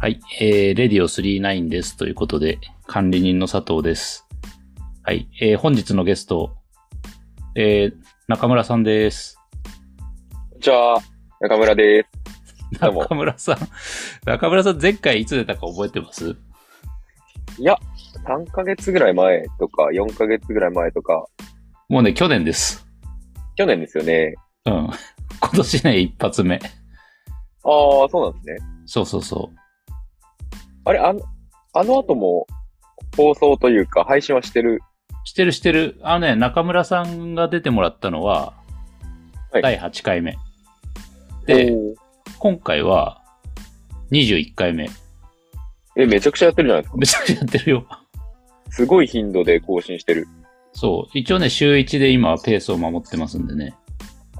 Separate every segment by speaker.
Speaker 1: はい、えー、レディオ39です。ということで、管理人の佐藤です。はい、えー、本日のゲスト、えー、中村さんです。
Speaker 2: こんにちは、中村です。どうも
Speaker 1: 中村さん、 中村さん前回いつ出たか覚えてます
Speaker 2: 3ヶ月ぐらい前とか、4ヶ月ぐらい前とか、
Speaker 1: もうね、去年です。
Speaker 2: 去年ですよね。
Speaker 1: うん。 今年ね、一発目。
Speaker 2: ああ、そうなんですね。
Speaker 1: そうそうそう。
Speaker 2: あれ、あの、あの後も放送というか配信はしてる。
Speaker 1: してるしてる。あのね、中村さんが出てもらったのは、
Speaker 2: はい
Speaker 1: 第8回目。で、
Speaker 2: おー
Speaker 1: 今回は、21回目。
Speaker 2: え、めちゃくちゃやってるじゃないですか。
Speaker 1: めちゃくちゃやってるよ。
Speaker 2: すごい頻度で更新してる。
Speaker 1: そう。一応ね、週1で今はペースを守ってますんでね。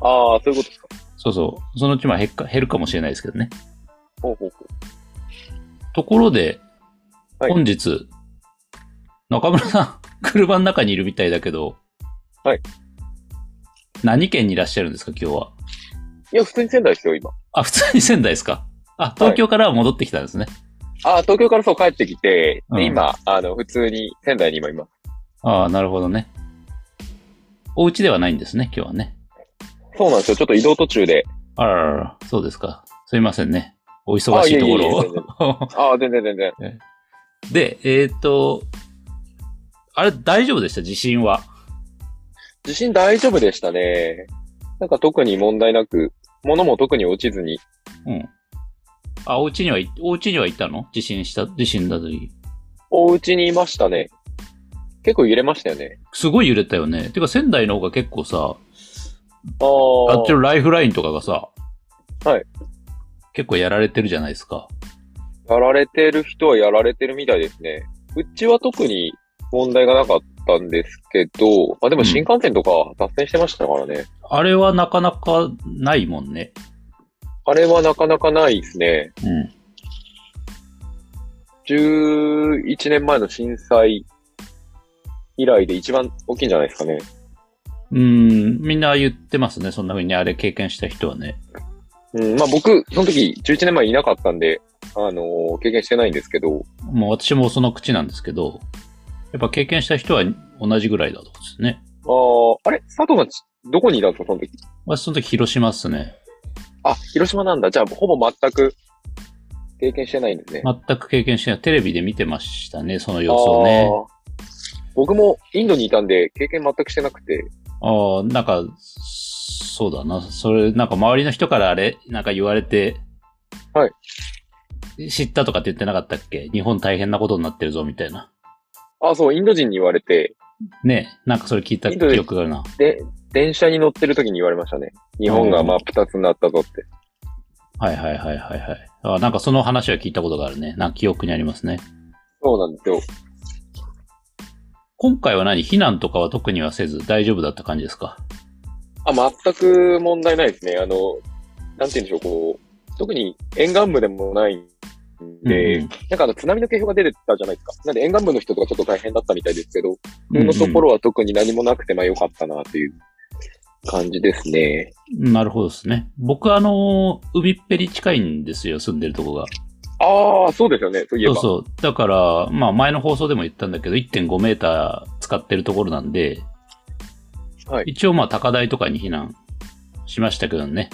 Speaker 2: ああ、そういうことですか。
Speaker 1: そうそう。そのうちまあ減っか減るかもしれないですけどね。
Speaker 2: ほうほうほう。
Speaker 1: ところで、
Speaker 2: はい
Speaker 1: 本日、中村さん、 車の中にいるみたいだけど、
Speaker 2: はい。
Speaker 1: 何県にいらっしゃるんですか、今日は。
Speaker 2: いや、普通に仙台ですよ、今。
Speaker 1: あ、普通に仙台ですか。あ、東京からは戻ってきたんですね。
Speaker 2: ああ、東京からそう帰ってきて、
Speaker 1: うん
Speaker 2: で、今、あの、普通に仙台に今います。
Speaker 1: ああ、なるほどね。お家ではないんですね、今日はね。
Speaker 2: そうなんですよ。ちょっと移動途中で。
Speaker 1: あららら、そうですか。すいませんね。お忙しいところ
Speaker 2: あいえいえいえ全然
Speaker 1: を。
Speaker 2: ああ、全然全然。
Speaker 1: で、えっ、と、あれ、大丈夫でした地震は。
Speaker 2: 地震大丈夫でしたね。なんか特に問題なく、物も特に落ちずに。
Speaker 1: うん。あ、お家には行、お家には行ったの地震した、地震だとき。
Speaker 2: お家にいましたね。結構揺れましたよね。
Speaker 1: すごい揺れたよね。てか、仙台の方が結構さ、
Speaker 2: あ
Speaker 1: あっち
Speaker 2: あ。
Speaker 1: のライフラインとかがさ、
Speaker 2: はい。
Speaker 1: 結構やられてるじゃないですか。
Speaker 2: やられてる人はやられてるみたいですね。うちは特に問題がなかったんですけど、まあでも新幹線とか脱線してましたからね。
Speaker 1: あれはなかなかないもんね。
Speaker 2: あれはなかなかないですね。
Speaker 1: うん。
Speaker 2: 11年前の震災以来で一番大きいんじゃないですかね。
Speaker 1: うーん、みんな言ってますね。そんな風にあれ経験した人はね。
Speaker 2: うん、まあ僕、その時11年前いなかったんで、あのー経験してないんですけど、
Speaker 1: もう私もその口なんですけど、やっぱ経験した人は同じぐらいだと思うんですね。
Speaker 2: あーあれ佐藤さんち、どこにいたんですか、その時。
Speaker 1: 私その時広島っすね。
Speaker 2: あ、広島なんだ。じゃあ、ほぼ全く経験してないんですね。
Speaker 1: 全く経験してない。テレビで見てましたね、その様子をね。
Speaker 2: あー僕もインドにいたんで、経験全くしてなくて。
Speaker 1: ああ、なんか、そうだな。それ、なんか周りの人からあれ、なんか言われて、。
Speaker 2: はい
Speaker 1: 知ったとかって言ってなかったっけ日本大変なことになってるぞ、みたいな。
Speaker 2: あ、そう、インド人に言われて、
Speaker 1: ねなんかそれ聞いた
Speaker 2: ひ
Speaker 1: 記
Speaker 2: どい
Speaker 1: 憶があるな。
Speaker 2: で、電車に乗ってる時に言われましたね。日本が真っ二つになったぞって。
Speaker 1: はいはいはいはいはい。あーなんかその話は聞いたことがあるね。なんか記憶にありますね。
Speaker 2: そうなんですよ。
Speaker 1: 今回は何避難とかは特にはせず大丈夫だった感じですか
Speaker 2: あ、全く問題ないですね。あの、なんて言うんでしょう、こう、特に沿岸部でもないんで、
Speaker 1: うんうん
Speaker 2: なんかあの津波の警報が出てたじゃないですか。なんで沿岸部の人とかちょっと大変だったみたいですけど、
Speaker 1: うん
Speaker 2: 僕のところは特に何もなくて、まあ良かったなという感じですね。
Speaker 1: なるほどですね。僕あのー海っぺり近いんですよ、住んでるとこが。
Speaker 2: ああ、そうですよね、そういえ
Speaker 1: そう
Speaker 2: ば。
Speaker 1: そう。だから、まあ前の放送でも言ったんだけど、1.5メーター使ってるところなんで、
Speaker 2: はい
Speaker 1: 一応まあ高台とかに避難しましたけどね。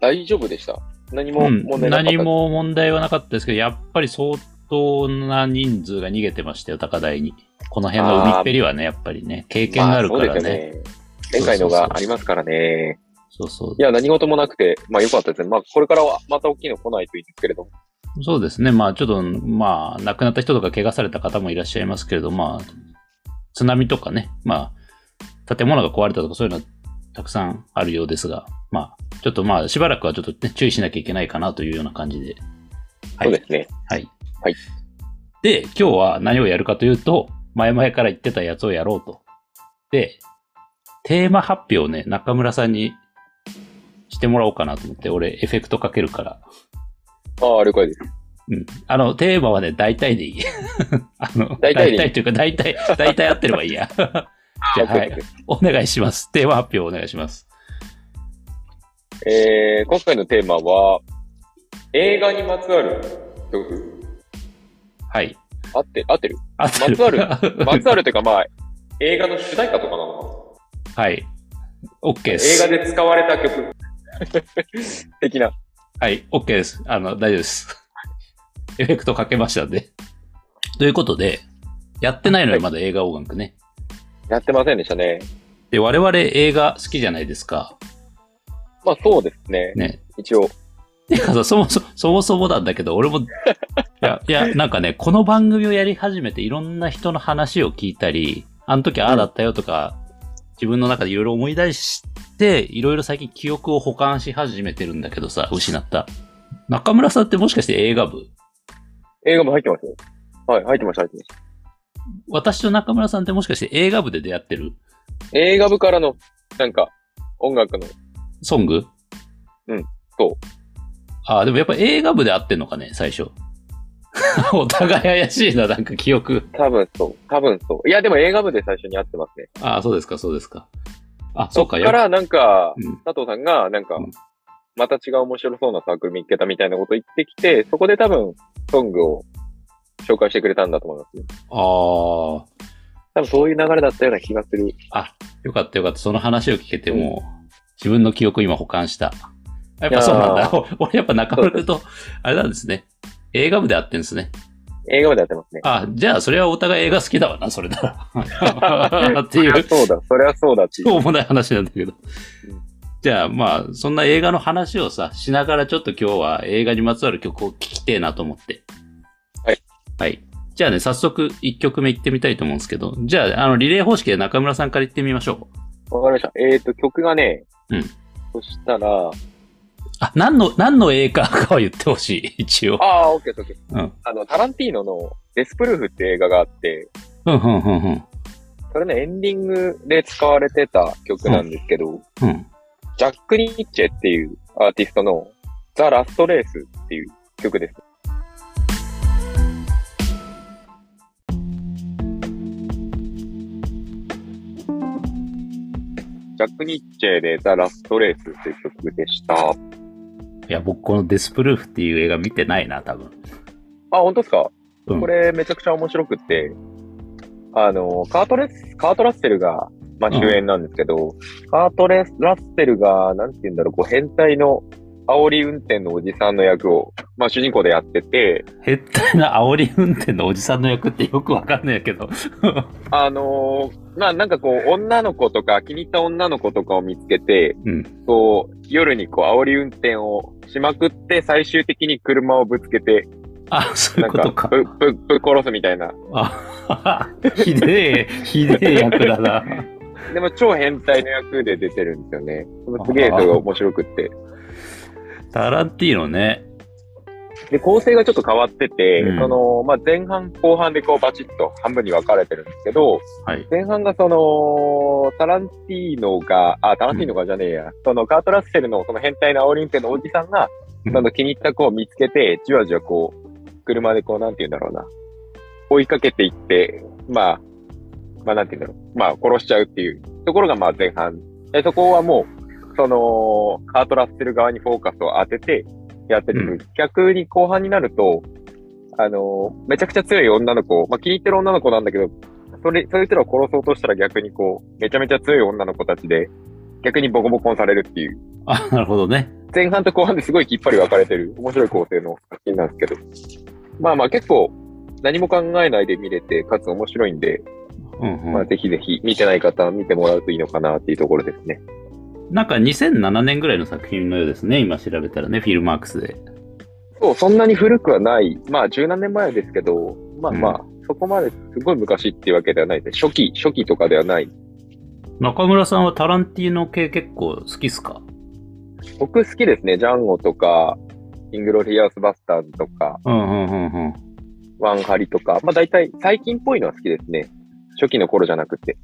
Speaker 2: 大丈夫でした。何も
Speaker 1: うん。
Speaker 2: 問題なかった。
Speaker 1: 何も問題はなかったですけど、やっぱり相当な人数が逃げてましたよ、高台に。この辺の海っぺりはね、やっぱりね、経験があるから
Speaker 2: まあそう
Speaker 1: ね。
Speaker 2: ですよね。前回のがありますからね。
Speaker 1: そうそう
Speaker 2: いや、何事もなくて、まあ良かったですね。まあこれからはまた大きいの来ないといいんですけれども。
Speaker 1: そうですね。まあちょっと、まあ亡くなった人とか怪我された方もいらっしゃいますけれど、まあ津波とかね、まあ建物が壊れたとかそういうのはたくさんあるようですが、まあちょっとまあしばらくはちょっと、ね、注意しなきゃいけないかなというような感じで。はい
Speaker 2: そうですね。
Speaker 1: はい。
Speaker 2: はい。
Speaker 1: で、今日は何をやるかというと、前々から言ってたやつをやろうと。で、テーマ発表をね、中村さんにしてもらおうかなと思って、俺エフェクトかけるから。
Speaker 2: ああ、了解です。
Speaker 1: うん。あの、テーマはね、大体でい い。あの、
Speaker 2: 大体でいい
Speaker 1: というか、大体、大体合ってればいいや。 じゃあ、は
Speaker 2: OK
Speaker 1: い。お願いします。テーマ発表お願いします。
Speaker 2: えー、今回のテーマは、映画にまつわるよく
Speaker 1: はい。
Speaker 2: 合ってる、合ってる。
Speaker 1: 合ってる
Speaker 2: まつわるまつわるというか、まあ、映画の主題歌とかなの
Speaker 1: はい。OK で
Speaker 2: か映
Speaker 1: す
Speaker 2: 画。で使われた曲。的な。
Speaker 1: はい、OK です。あの、大丈夫です。 エフェクトかけましたんで。ということで、やってないの
Speaker 2: は
Speaker 1: よ、
Speaker 2: い
Speaker 1: まだ映画音楽ね。
Speaker 2: やってませんでしたね。
Speaker 1: で、我々映画好きじゃないですか。
Speaker 2: まあそうですね。
Speaker 1: ね。
Speaker 2: 一応。
Speaker 1: てか さ、そもそも、そもそもなんだけど、俺も、いや、いや、なんかね、この番組をやり始めていろんな人の話を聞いたり、あの時ああだったよとか、自分の中でいろいろ思い出して、いろいろ最近記憶を保管し始めてるんだけどさ、失った。中村さんってもしかして映画部
Speaker 2: 映画も入ってますよ。はい、入ってました、入ってまし
Speaker 1: 私と中村さんってもしかして映画部で出会ってる
Speaker 2: た。映画部からの、なんか、音楽の、
Speaker 1: ソング
Speaker 2: うん、そう。
Speaker 1: ああ、でもやっぱ映画部で会ってんのかね、最初。 お互い怪しいな、なんか記憶。
Speaker 2: 多分そう、多分そう。いや、でも映画部で最初に会ってますね。
Speaker 1: ああ、そうですか、そうですか。あ、そうか、
Speaker 2: そっか
Speaker 1: やっ
Speaker 2: ら、なんか、
Speaker 1: うん
Speaker 2: 佐藤さんが、なんか
Speaker 1: うん、
Speaker 2: また違う面白そうなサークル見つけたみたいなこと言ってきて、そこで多分、ソングを紹介してくれたんだと思いますね。
Speaker 1: あ
Speaker 2: 多分そういう流れだったような気がする。
Speaker 1: あ、あ、よかったよかった。その話を聞けても、自分の記憶今保管した。やっぱそうなん
Speaker 2: いや
Speaker 1: だ。 お俺やっぱ中村くんと、あれなんですね。映画部で会ってんですね。
Speaker 2: 映画部でやってますね。
Speaker 1: あ、じゃあそれはお互い映画好きだわな、それなら。 っていう。
Speaker 2: そうだ、それはそうだっていう
Speaker 1: しょうもない話なんだけど
Speaker 2: うん。
Speaker 1: じゃあまあ、そんな映画の話をさ、しながらちょっと今日は映画にまつわる曲を聴きてえなと思って。
Speaker 2: はい。
Speaker 1: はい。じゃあね、早速1曲目行ってみたいと思うんですけど、じゃあ、あの、リレー方式で中村さんから行ってみましょう。
Speaker 2: わかりました。えっ、ー、と、曲がね、
Speaker 1: うん
Speaker 2: そしたら、
Speaker 1: あ、何の、何の映画かは言ってほしい、一応。
Speaker 2: ああ、オッケーオッケー。
Speaker 1: うん。
Speaker 2: あの、タランティーノのデスプルーフって映画があって、
Speaker 1: うん、うん、うん、うん。
Speaker 2: それのエンディングで使われてた曲なんですけど、
Speaker 1: うん。
Speaker 2: ジャック・ニッチェっていうアーティストのザ・ラストレースっていう曲です。ジャック・ニッチェでザ・ラストレースっていう曲でした。あ、
Speaker 1: いや、僕このデスプルーフっていう映画見てないな、多分。
Speaker 2: 本当ですか
Speaker 1: うん
Speaker 2: これめちゃくちゃ面白くって、あの、カートレス、カートラッセルが、ま
Speaker 1: う
Speaker 2: あ、
Speaker 1: ん
Speaker 2: 主演なんですけど、カートレス、ラッセルが、なんて言うんだろう、こう、変態の煽り運転のおじさんの役を、まあ、主人公でやってて、
Speaker 1: 変態な煽り運転のおじさんの役ってよくわかんないけど。
Speaker 2: あのーまあ、なんかこう、女の子とか、気に入った女の子とかを見つけて、
Speaker 1: うん。
Speaker 2: こう、夜にこう、煽り運転をしまくって、最終的に車をぶつけて、
Speaker 1: あ、そうい
Speaker 2: な
Speaker 1: うん ことか、。
Speaker 2: かぶ、ぶ、ぶっ殺すみたいな。
Speaker 1: あ ひでえ、ひでえ役だな。
Speaker 2: でも、超変態の役で出てるんですよね。でもすげえ、それが面白くって。
Speaker 1: タランティーノね。
Speaker 2: で、構成がちょっと変わってて、
Speaker 1: うん
Speaker 2: その、まあ、前半、後半でこう、バチッと半分に分かれてるんですけど、
Speaker 1: はい。
Speaker 2: 前半がその、タランティーノが、あ、タランティーノがじゃねえや、その、カートラッセルのその変態なオリンピックのおじさんが、
Speaker 1: うん
Speaker 2: その気に入った子を見つけて、じわじわこう、車でこう、なんて言うんだろうな、追いかけていって、まあ、まあ、なんて言うんだろう、まあ、殺しちゃうっていうところが、まあ、前半。で、そこはもう、その、カートラッセル側にフォーカスを当てて、やってる、逆に後半になると、あのーめちゃくちゃ強い女の子、まあ、気に入ってる女の子なんだけど、それ、そういう人らを殺そうとしたら逆にこう、めちゃめちゃ強い女の子たちで、逆にボコボコにされるっていう。
Speaker 1: あ、なるほどね。
Speaker 2: 前半と後半ですごいきっぱり分かれてる、面白い構成の作品なんですけど。まあまあ結構、何も考えないで見れて、かつ面白いんで、
Speaker 1: うん
Speaker 2: ま
Speaker 1: う
Speaker 2: あ
Speaker 1: ん。
Speaker 2: ぜひぜひ見てない方は見てもらうといいのかなっていうところですね。
Speaker 1: なんか2007年ぐらいの作品のようですね。今調べたらね、フィルマークスで。
Speaker 2: そう、そんなに古くはない。まあ、十何年前ですけど、まあまあ、そこまですごい昔っていうわけではないです。初期、初期とかではない。
Speaker 1: 中村さんはタランティーノ系結構好きっすか
Speaker 2: 僕好きですね。ジャンゴとか、イングロリアスバスターズとか、
Speaker 1: うんうんうんうん。
Speaker 2: ワンハリとか、まあ大体最近っぽいのは好きですね。初期の頃じゃなくて。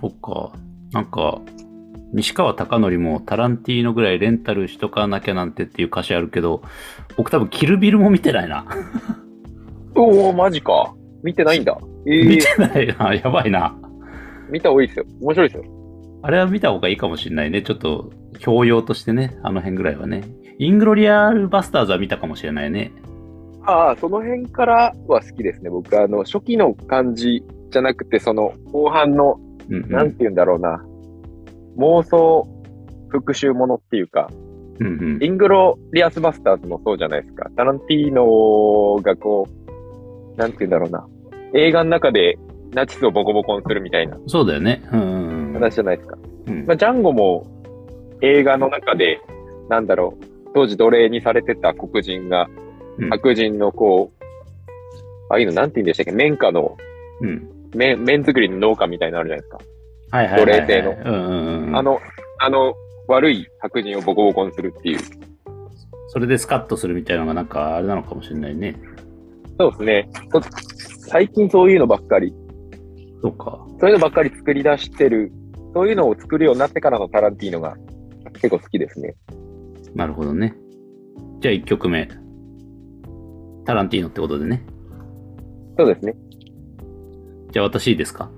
Speaker 1: そっか。なんか、西川貴教もタランティーノぐらいレンタルしとかなきゃなんてっていう歌詞あるけど、僕多分キルビルも見てないな。
Speaker 2: おお、マジか。見てないんだ。え え
Speaker 1: 見てないな。やばいな。
Speaker 2: 見た方がいいですよ。面白いですよ。
Speaker 1: あれは見た方がいいかもしれないね。ちょっと、教養としてね、あの辺ぐらいはね。イングロリアルバスターズは見たかもしれないね。
Speaker 2: ああ、その辺からは好きですね。僕、あの、初期の感じじゃなくて、その、後半の、
Speaker 1: うんうん、
Speaker 2: なんて言うんだろうな、妄想復讐ものっていうか、
Speaker 1: うんうん
Speaker 2: イングロリアスバスターズもそうじゃないですか。タランティーノがこう、なんて言うんだろうな、映画の中でナチスをボコボコにするみたいな
Speaker 1: そうだよね。うんうん
Speaker 2: 話じゃないですか。
Speaker 1: うん。
Speaker 2: まあ、ジャンゴも映画の中で、なんだろう、当時奴隷にされてた黒人が
Speaker 1: う、ん
Speaker 2: 白人のこう、ああいうのなんて言うんでしたっけ、綿花の、
Speaker 1: うん。
Speaker 2: 綿、綿作りの農家みたいなのあるじゃないですか。
Speaker 1: はいはいはい、はい。
Speaker 2: 奴隷制の
Speaker 1: うんうんうん。
Speaker 2: あの、あの、悪い白人をボコボコにするっていう。
Speaker 1: それでスカッとするみたいなのがなんかあれなのかもしれないね。
Speaker 2: そうですね。そ最近そういうのばっかり、
Speaker 1: そうか。
Speaker 2: そういうのばっかり作り出してる、そういうのを作るようになってからのタランティーノが結構好きですね。
Speaker 1: なるほどね。じゃあ1曲目。タランティーノってことでね。
Speaker 2: そうですね。
Speaker 1: じゃあ私いいですか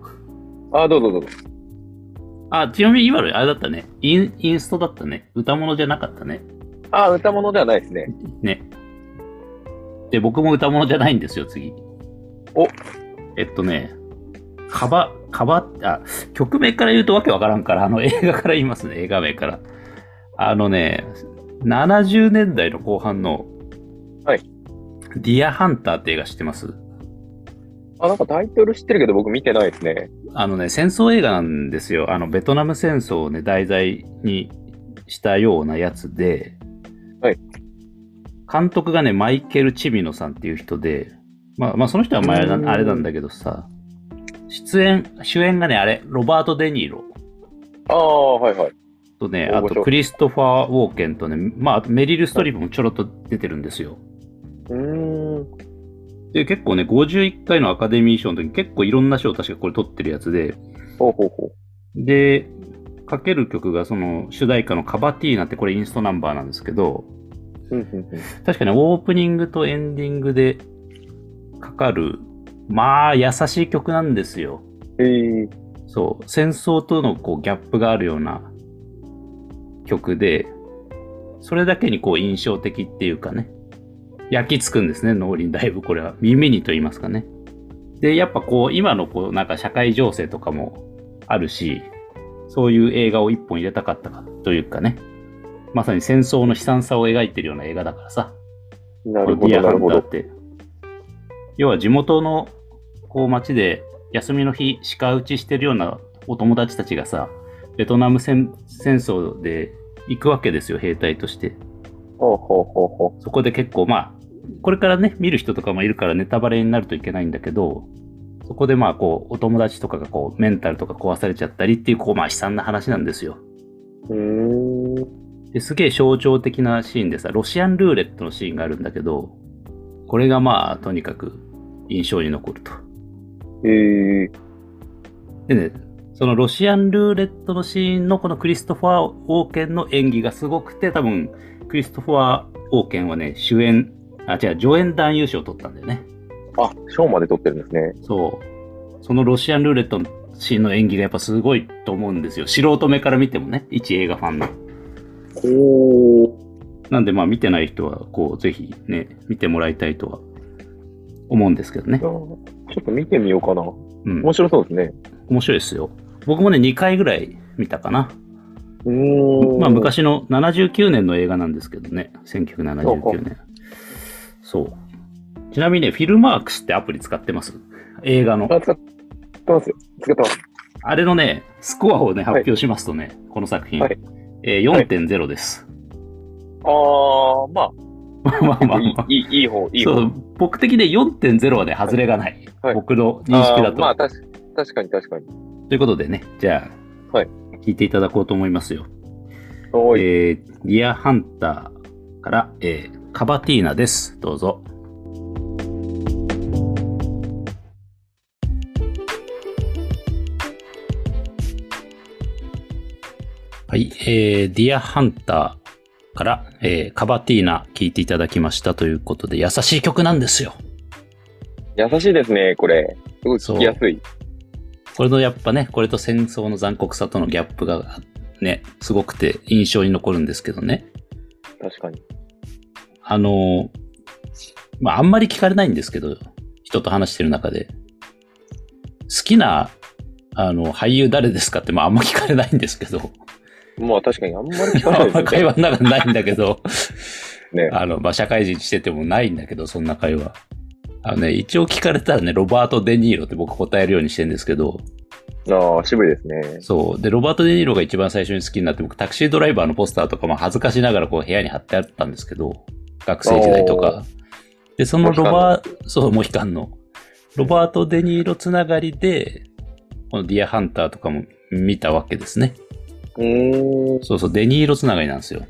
Speaker 2: ああ、どうぞどうぞ。
Speaker 1: あ、ちなみに今のあれだったね。インインストだったね。歌物じゃなかったね。
Speaker 2: ああ、歌物ではないですね。
Speaker 1: ね。で、僕も歌物じゃないんですよ、次。
Speaker 2: お
Speaker 1: えっとね、カバ、カバ、あ、曲名から言うとわけわからんから、あの映画から言いますね、映画名から。あのね、70年代の後半の、
Speaker 2: はい。
Speaker 1: ディアハンターって映画知ってます
Speaker 2: あ、なんかタイトル知ってるけど僕見てないですね。
Speaker 1: あのね、戦争映画なんですよ。あの、ベトナム戦争をね、題材にしたようなやつで、
Speaker 2: はい。
Speaker 1: 監督がね、マイケル・チミノさんっていう人で、まあ、まあ、その人は前
Speaker 2: うーん
Speaker 1: なあれなんだけどさ、出演、主演がね、あれ、ロバート・デ・ニーロ
Speaker 2: ああ、はいはい。
Speaker 1: とね、
Speaker 2: 大
Speaker 1: あ
Speaker 2: 御所
Speaker 1: とクリストファー・ウォーケンとね、まあ、あとメリル・ストリープもちょろっと出てるんですよ。
Speaker 2: うーん。
Speaker 1: で、結構ね、51回のアカデミー賞の時に結構いろんな賞を確かこれ取ってるやつで、
Speaker 2: ほうほうほ
Speaker 1: で、かける曲がその主題歌のカバティーナってこれインストナンバーなんですけど、
Speaker 2: う。うんうんうん
Speaker 1: 確かにオープニングとエンディングでかかる、まあ優しい曲なんですよ。
Speaker 2: えー、
Speaker 1: そう、戦争とのこうギャップがあるような曲で、それだけにこう印象的っていうかね、焼き付くんですね、脳裏にだいぶこれは。耳にと言いますかね。で、やっぱこう、今のこう、なんか社会情勢とかもあるし、そういう映画を一本入れたかったかというかね、まさに戦争の悲惨さを描いてるような映画だからさ。
Speaker 2: なる
Speaker 1: こ
Speaker 2: ほ
Speaker 1: うディ
Speaker 2: ど、
Speaker 1: アハ
Speaker 2: なる
Speaker 1: ン
Speaker 2: ほ
Speaker 1: ターっ
Speaker 2: ど。
Speaker 1: て。要は地元のこう町で休みの日、鹿打ちしてるようなお友達たちがさ、ベトナム戦戦争で行くわけですよ、兵隊として。
Speaker 2: ほうほうほうほ
Speaker 1: そこで結構まあ、これからね、見る人とかもいるからネタバレになるといけないんだけど、そこでまあこう、お友達とかがこう、メンタルとか壊されちゃったりっていう、こう、まあ悲惨な話なんですよ。
Speaker 2: う。うーん。
Speaker 1: ですげえ象徴的なシーンでさ、ロシアンルーレットのシーンがあるんだけど、これがまあ、とにかく印象に残ると。
Speaker 2: えー、
Speaker 1: でね、そのロシアンルーレットのシーンのこのクリストファー・オーケンの演技がすごくて、多分、クリストファー・オーケンはね、主演、あ、違う、助演男優賞を取ったんだよね。
Speaker 2: あ、賞まで撮ってるんですね。
Speaker 1: そう。そのロシアンルーレットのシーンの演技がやっぱすごいと思うんですよ。素人目から見てもね、一映画ファンの。
Speaker 2: おー。
Speaker 1: なんでまあ見てない人は、こう、ぜひね、見てもらいたいとは思うんですけどね
Speaker 2: ち。ょっと見てみようかな。
Speaker 1: うん
Speaker 2: 面。白そうですね。
Speaker 1: 面白いですよ。僕もね、2回ぐらい見たかな。
Speaker 2: うーん。
Speaker 1: まあ。昔の79年の映画なんですけどね。
Speaker 2: そうか
Speaker 1: 1979年。そう。ちなみにね、フィルマークスってアプリ使ってます映画の。
Speaker 2: あ、使ってますよ。使ってます。
Speaker 1: あれのね、スコアをね、
Speaker 2: はい
Speaker 1: 発表しますとね、この作品。
Speaker 2: はい
Speaker 1: えー4.0です。
Speaker 2: あー、ま
Speaker 1: ま あまあま
Speaker 2: あ、
Speaker 1: あ
Speaker 2: い
Speaker 1: まあ。
Speaker 2: い、いい、いい方、いい
Speaker 1: そ
Speaker 2: 方。
Speaker 1: う僕的で4.0はね、外れがない。
Speaker 2: はい
Speaker 1: 僕の認
Speaker 2: あ
Speaker 1: 識
Speaker 2: ー
Speaker 1: だと。
Speaker 2: まあ、たし確かに確かに。
Speaker 1: ということでね、じゃあ、
Speaker 2: はい
Speaker 1: 聞いていただこうと思いますよ。
Speaker 2: おい。
Speaker 1: えー、ディアハンターから、えーカバティーナです。どうぞ。はい、えー、ディアハンターから、えーカバティーナ聞いていただきましたということで、優しい曲なんですよ。
Speaker 2: 優しいですね、これ。すごい聞きやすい。
Speaker 1: これのやっぱね、これと戦争の残酷さとのギャップがね、すごくて印象に残るんですけどね。
Speaker 2: 確かに。
Speaker 1: あの、まあ、あんまり聞かれないんですけど、人と話してる中で。好きな、あの、俳優誰ですかって、まあ、あんま聞かれないんですけど、
Speaker 2: まあ確かにあんまり聞かな
Speaker 1: あ
Speaker 2: い
Speaker 1: ん
Speaker 2: です
Speaker 1: ま
Speaker 2: よ
Speaker 1: 会話の中ないんだけど、
Speaker 2: ね。ね
Speaker 1: あの、まあ、社会人しててもないんだけど、そんな会話。あのね、一応聞かれたらね、ロバート・デ・ニーロって僕答えるようにしてるんですけど、
Speaker 2: ああ、渋いですね。
Speaker 1: そう。で、ロバート・デ・ニーロが一番最初に好きになって、僕、タクシードライバーのポスターとかも恥ずかしながらこう部屋に貼ってあったんですけど、学生時代と
Speaker 2: お
Speaker 1: か。で、そのロバー、そう、モヒカンの。ロバート・デ・ニーロつながりで、このディア・ハンターとかも見たわけですね。
Speaker 2: うーん。
Speaker 1: そうそう、デニーロつながりなんですよ。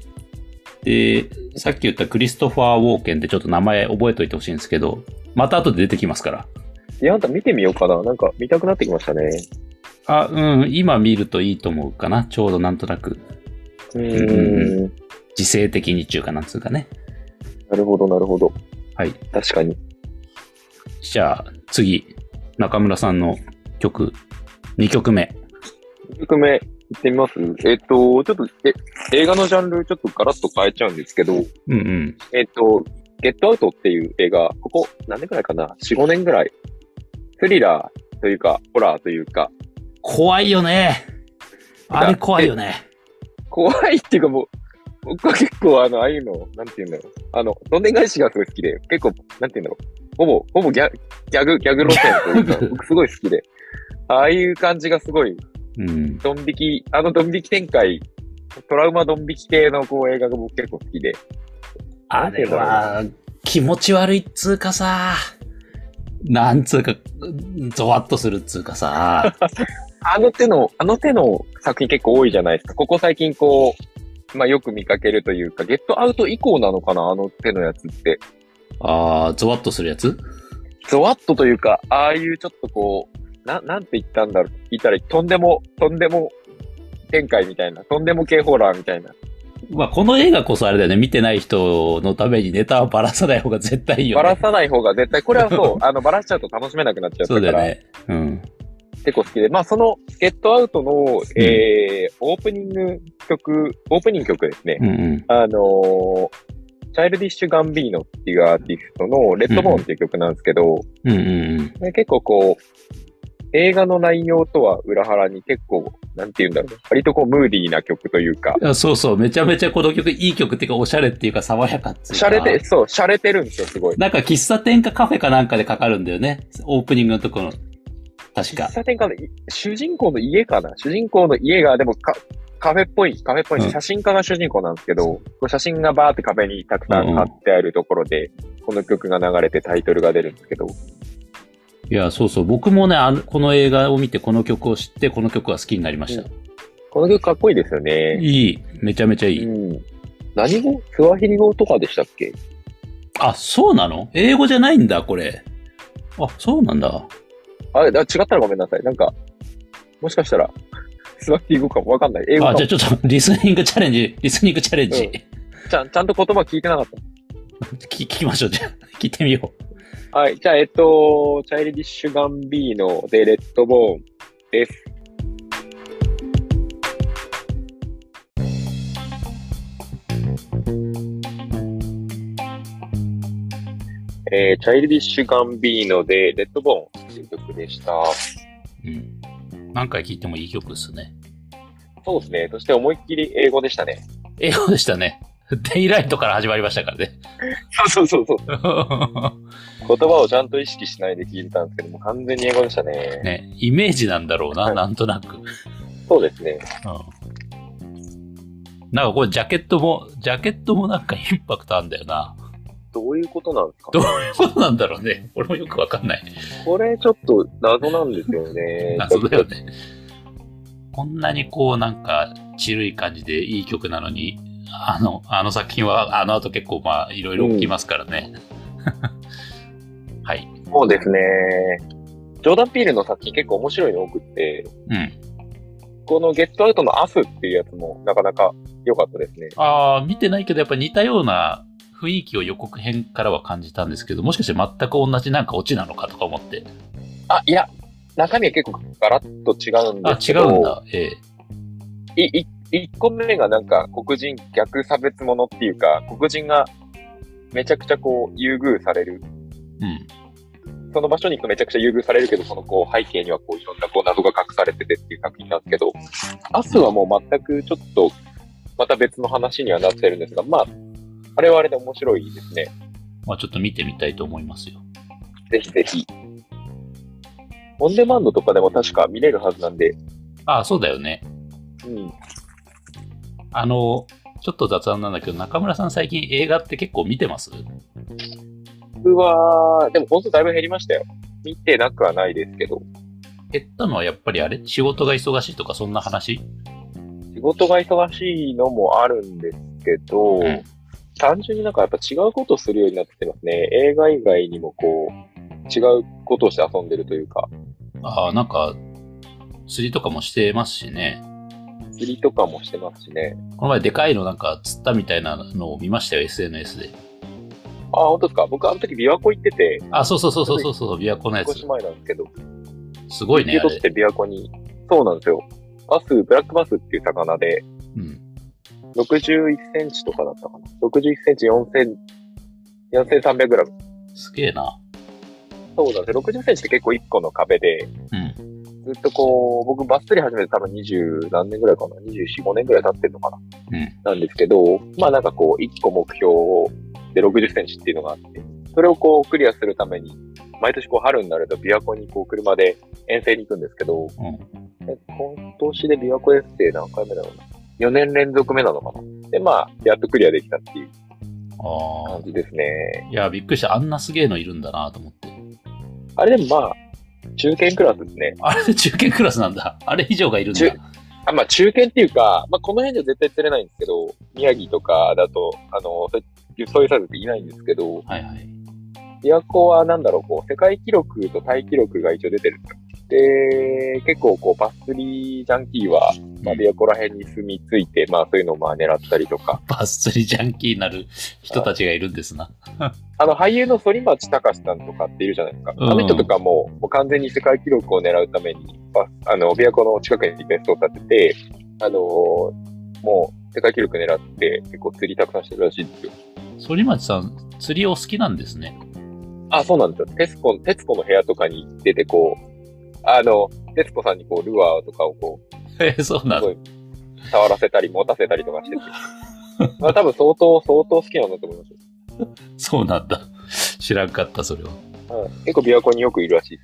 Speaker 1: で、さっき言ったクリストファー・ウォーケンってちょっと名前覚えておいてほしいんですけど、また後で出てきますから。
Speaker 2: いや、あんた見てみようかな。なんか見たくなってきましたね。
Speaker 1: あ、うん、今見るといいと思うかな。ちょうどなんとなく、
Speaker 2: うーん。
Speaker 1: 時勢的に中かなんつうかね。
Speaker 2: なるほど、なるほど。
Speaker 1: はい。
Speaker 2: 確かに。
Speaker 1: じゃあ、次、中村さんの曲、2曲目。
Speaker 2: 1曲目、行ってみますえっと、ちょっと、え、映画のジャンルちょっとガラッと変えちゃうんですけど、
Speaker 1: うんうん。
Speaker 2: えっと、ゲットアウトっていう映画、ここ何年くらいかな ?4、5年ぐらい。スリラーというか、ホラーというか、
Speaker 1: 怖いよね。あれ怖いよね。
Speaker 2: 怖いっていうかもう、僕は結構あの、ああいうの、なんて言うんだろう。あの、どんでん返しがすごい好きで、結構、なんて言うんだろう。ほぼ、ほぼギャギャグ、ギャグ路線というか
Speaker 1: ギャグ、
Speaker 2: 僕すごい好きで、ああいう感じがすごい、
Speaker 1: うん。
Speaker 2: ドン引き、あのドン引き展開、トラウマドン引き系のこう映画が僕結構好きで、
Speaker 1: あれは、気持ち悪いっつうかさ、なんつうか、ゾワッとするっつうか さ、
Speaker 2: あの手の、あの手の作品結構多いじゃないですか。ここ最近こう、まあよく見かけるというか、ゲットアウト以降なのかなあの手のやつって。
Speaker 1: あー、ゾワッとするやつ
Speaker 2: ゾワッとというか、ああいうちょっとこう、な、なんて言ったんだろう。言ったら、とんでも、とんでも展開みたいな、とんでも系ホラーみたいな。
Speaker 1: まあ、この映画こそあれだよね、見てない人のためにネタはばらさない方が絶対いいよ
Speaker 2: バ
Speaker 1: ね。
Speaker 2: ラさない方が絶対、これはそう、 あの、バラしちゃうと楽しめなくなっちゃう
Speaker 1: そうだ
Speaker 2: か
Speaker 1: よ
Speaker 2: ら、
Speaker 1: ね。うん。
Speaker 2: 結構好きで。まあ、その、ゲットアウトの、えー、オープニング曲、オープニング曲ですね。
Speaker 1: うんうん。
Speaker 2: あのーチャイルディッシュ・ガンビーノっていうアーティストの、レッドボーンっていう曲なんですけど、
Speaker 1: うんうんうん。
Speaker 2: ね結構こう、映画の内容とは裏腹に結構、なんて言うんだろう。割とこう、ムーディーな曲というか、
Speaker 1: いやそうそう、めちゃめちゃこの曲、いい曲っていうか、おしゃれっていうか、爽やかっていうか。
Speaker 2: 洒落て、そう、洒落てるんですよ、すごい。
Speaker 1: なんか喫茶店かカフェかなんかでかかるんだよね。オープニングのところ。確か
Speaker 2: 喫。茶店かな、い主人公の家かな主人公の家が、でもか、カフェっぽい、カフェっぽいし、
Speaker 1: うん
Speaker 2: 写真家が主人公なんですけど、こう写真がバーって壁にたくさん貼ってあるところで、この曲が流れてタイトルが出るんですけど、
Speaker 1: いや、そうそう。僕もね、あのこの映画を見て、この曲を知って、この曲が好きになりました。
Speaker 2: この曲かっこいいですよね。
Speaker 1: いい。めちゃめちゃいい。
Speaker 2: うん。何語スワヒリ語とかでしたっけ
Speaker 1: あ、そうなの英語じゃないんだ、これ。あ、そうなんだ。
Speaker 2: あれ、だ違ったらごめんなさい。なんか、もしかしたら、 スワヒリ語かもわかんない。英語か
Speaker 1: あ、
Speaker 2: も
Speaker 1: じゃあちょっと、リスニングチャレンジ、リスニングチャレンジ。
Speaker 2: ちゃん。ちゃんと言葉聞いてなかっ
Speaker 1: 聞き聞きましょう、じゃあ。聞いてみよう。
Speaker 2: た。はい。じゃあ、えっと、チャイルディッシュ・ガンビーノで、レッドボーンです。えー、チャイルディッシュ・ガンビーノで、レッドボーンという曲でした。
Speaker 1: うん。何回聞いてもいい曲ですね。
Speaker 2: そうですね。そして思いっきり英語でしたね。
Speaker 1: 英語でしたね。デイライトから始まりましたからね。
Speaker 2: そうそうそう。言葉をちゃんと意識しないで聞いてたんですけども、完全に英語でしたね。
Speaker 1: ね、イメージなんだろうな、
Speaker 2: はい
Speaker 1: なんとなく。うん
Speaker 2: そうですね。
Speaker 1: なんかこれジャケットも、ジャケットもなんかインパクトあんだよな。
Speaker 2: どういうことなんですか
Speaker 1: どういうことなんだろうね。俺もよくわかんない。
Speaker 2: これちょっと謎なんですよね。
Speaker 1: 謎だよね。こんなにこうなんか、ちるい感じでいい曲なのに、あの、あの作品はあの後結構まあいろいろ起きますからね。はい。
Speaker 2: そうですね。ジョーダン・ピールの作品結構面白いの多くって、
Speaker 1: うん。
Speaker 2: このゲットアウトのアスっていうやつもなかなか良かったですね。
Speaker 1: ああ、見てないけどやっぱ似たような雰囲気を予告編からは感じたんですけど、もしかして全く同じなんかオチなのかとか思って。
Speaker 2: あ、いや、中身は結構ガラッと違うん
Speaker 1: あ
Speaker 2: で、す
Speaker 1: 違
Speaker 2: けど。
Speaker 1: うんだ。ええ。
Speaker 2: いい一個目がなんか黒人逆差別者っていうか、黒人がめちゃくちゃこう、優遇される。
Speaker 1: うん。
Speaker 2: その場所に行くとめちゃくちゃ優遇されるけど、そのこう背景にはこういろんなこう謎が隠されててっていう作品なんですけど、明日はもう全くちょっと、また別の話にはなってるんですが、まあ、あれはあれで面白いですね。
Speaker 1: まあちょっと見てみたいと思いますよ。
Speaker 2: ぜひぜひ。オンデマンドとかでも確か見れるはずなんで、
Speaker 1: ああ、そうだよね。
Speaker 2: うん。
Speaker 1: あの、ちょっと雑談なんだけど、中村さん最近映画って結構見てます
Speaker 2: 僕は、でも本当だいぶ減りましたよ。見てなくはないですけど、
Speaker 1: 減ったのはやっぱりあれ仕事が忙しいとかそんな話
Speaker 2: 仕事が忙しいのもあるんですけど、
Speaker 1: うん
Speaker 2: 単純になんかやっぱ違うことをするようになってきてますね。映画以外にもこう、違うことをして遊んでるというか、
Speaker 1: ああ、なんか、釣りとかもしてますしね。
Speaker 2: 釣りとかもしてますしね。
Speaker 1: この前でかいのなんか釣ったみたいなのを見ましたよ、SNS で。
Speaker 2: あ、本当ですか僕あの時琵琶湖行ってて、
Speaker 1: あ、そうそうそうそうそうそう、琵琶湖のや
Speaker 2: 少
Speaker 1: つ
Speaker 2: し。前なんですけど、
Speaker 1: すごいね、
Speaker 2: 受
Speaker 1: あ
Speaker 2: け取っ
Speaker 1: れ。
Speaker 2: て琵琶湖に、そうなんですよ。バス、ブラックバスっていう魚で、
Speaker 1: うん。
Speaker 2: 61センチとかだったかな。61センチ4千、4300グラム。
Speaker 1: すげえな。
Speaker 2: そうなんですよ。60センチって結構1個の壁で、
Speaker 1: うん。
Speaker 2: ずっとこう、僕バス釣り始めて多分20何年ぐらいかな。24、5年ぐらい経ってるのかな。
Speaker 1: うん。
Speaker 2: なんですけど、まあなんかこう、1個目標で60センチっていうのがあって、それをこうクリアするために、毎年こう春になると琵琶湖にこう車で遠征に行くんですけど、
Speaker 1: うん。
Speaker 2: え今年で琵琶湖エッセイ何回目だろうな。4年連続目なのかな。で、まあ、やっとクリアできたっていう
Speaker 1: ああ
Speaker 2: 感。じですね。
Speaker 1: いや、びっくりした。あんなすげえのいるんだなと思って。
Speaker 2: あれでもまあ、中堅クラスですね。
Speaker 1: あれで中堅クラスなんだ。あれ以上がいるんだ
Speaker 2: 中。あまあ中堅っていうか、まあこの辺じゃ絶対釣れないんですけど、宮城とかだと、あの、そうそういうサイズっていないんですけど、
Speaker 1: はいはい。
Speaker 2: 琵琶湖はなんだろう、こう、世界記録とタイ記録が一応出てるんですよ。で、結構こう、バス釣りジャンキーは、まあ琵琶湖ら辺に住み着いて、まあそういうのをまあ狙ったりとか、
Speaker 1: バス釣りジャンキーになる人たちがいるんですな。
Speaker 2: あの俳優の反町隆史さんとかっているじゃないですか。
Speaker 1: うん
Speaker 2: あの人とかも、もう完全に世界記録を狙うために、バスあの、琵琶湖の近くにベストを立てて、あのーもう世界記録狙って結構釣りたくさんしてるらしいんですよ。
Speaker 1: 反町さん、釣りお好きなんですね。
Speaker 2: あ、そうなんですよ。テスコ、テツコの部屋とかに出てこう、あの、テツコさんにこう、ルアーとかをこう、
Speaker 1: えそうなん
Speaker 2: す
Speaker 1: だ
Speaker 2: ご。い触らせたり、持たせたりとか してて。まあ多分相当、相当好きなんだと思いますよ。
Speaker 1: そうなんだ。知らんかった、それは。
Speaker 2: はい結構琵琶湖によくいるらしいで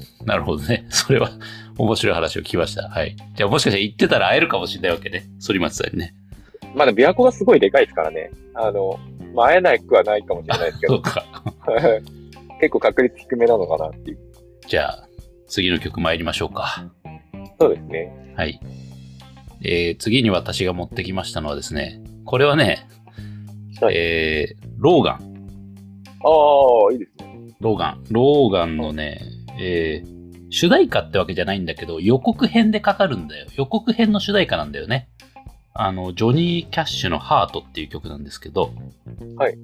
Speaker 2: す。
Speaker 1: なるほどね。それは面白い話を聞きました。はい。じゃあもしかして行ってたら会えるかもしれないわけね。反町さんにね。
Speaker 2: まあでも琵琶湖がすごいでかいですからね。あの、まあ会えなくはないかもしれないですけ
Speaker 1: そ
Speaker 2: ど
Speaker 1: う、か。
Speaker 2: 結構確率低めなのかなっていう。
Speaker 1: じゃあ、次の曲参りましょうか。
Speaker 2: そうですね。
Speaker 1: はい。えー、次に私が持ってきましたのはですね、これはね、
Speaker 2: はい
Speaker 1: えー、ローガン。
Speaker 2: ああ、いいですね。
Speaker 1: ローガン。ローガンのね、えー主題歌ってわけじゃないんだけど、予告編でかかるんだよ。予告編の主題歌なんだよね。あの、ジョニー・キャッシュのハートっていう曲なんですけど、
Speaker 2: はい。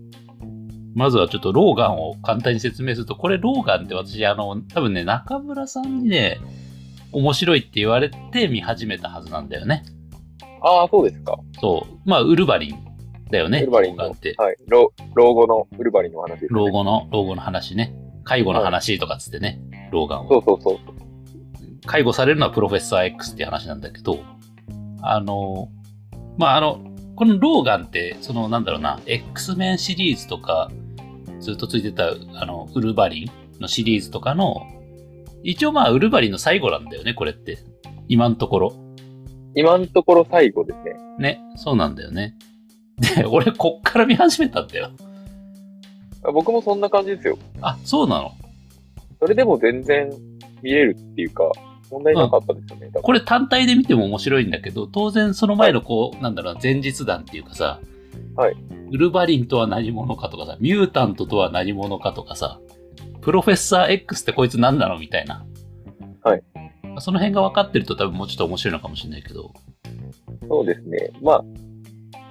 Speaker 1: まずはちょっとローガンを簡単に説明すると、これローガンって私、あの、多分ね、中村さんにね、面白いって言われて見始めたはずなんだよね。
Speaker 2: ああ、そうですか。
Speaker 1: そう。まあ、ウルヴァリンだよね。
Speaker 2: ウルバリンの、
Speaker 1: ローガ
Speaker 2: は
Speaker 1: ンって
Speaker 2: い。。老老後のウルバリンの話です、ね。
Speaker 1: 老。後の、老後の話ね。介護の話とかっつってね、ローガンを。
Speaker 2: そうそうそう。
Speaker 1: 介護されるのはプロフェッサー X っていう話なんだけど、あの、まあ、あの、このローガンって、その、なんだろうな、X メンシリーズとか、ずっとついてた、あの、ウルヴァリンのシリーズとかの、一応まあ、ウルヴァリンの最後なんだよね、これって。今のところ。
Speaker 2: 今のところ最後ですね。
Speaker 1: ね、そうなんだよね。で、俺、こっから見始めたんだよ。
Speaker 2: 僕もそんな感じですよ。
Speaker 1: あ、そうなの。
Speaker 2: それでも全然見れるっていうか、問題なかったですよね。多分
Speaker 1: これ単体で見ても面白いんだけど、当然その前のこう、なんだろうな、前日談っていうかさ、
Speaker 2: はい
Speaker 1: ウルヴァリンとは何者かとかさ、ミュータントとは何者かとかさ、プロフェッサー X ってこいつ何なのみたいな。
Speaker 2: はい
Speaker 1: その辺が分かってると多分もうちょっと面白いのかもしれないけど。
Speaker 2: そうですね。まあ、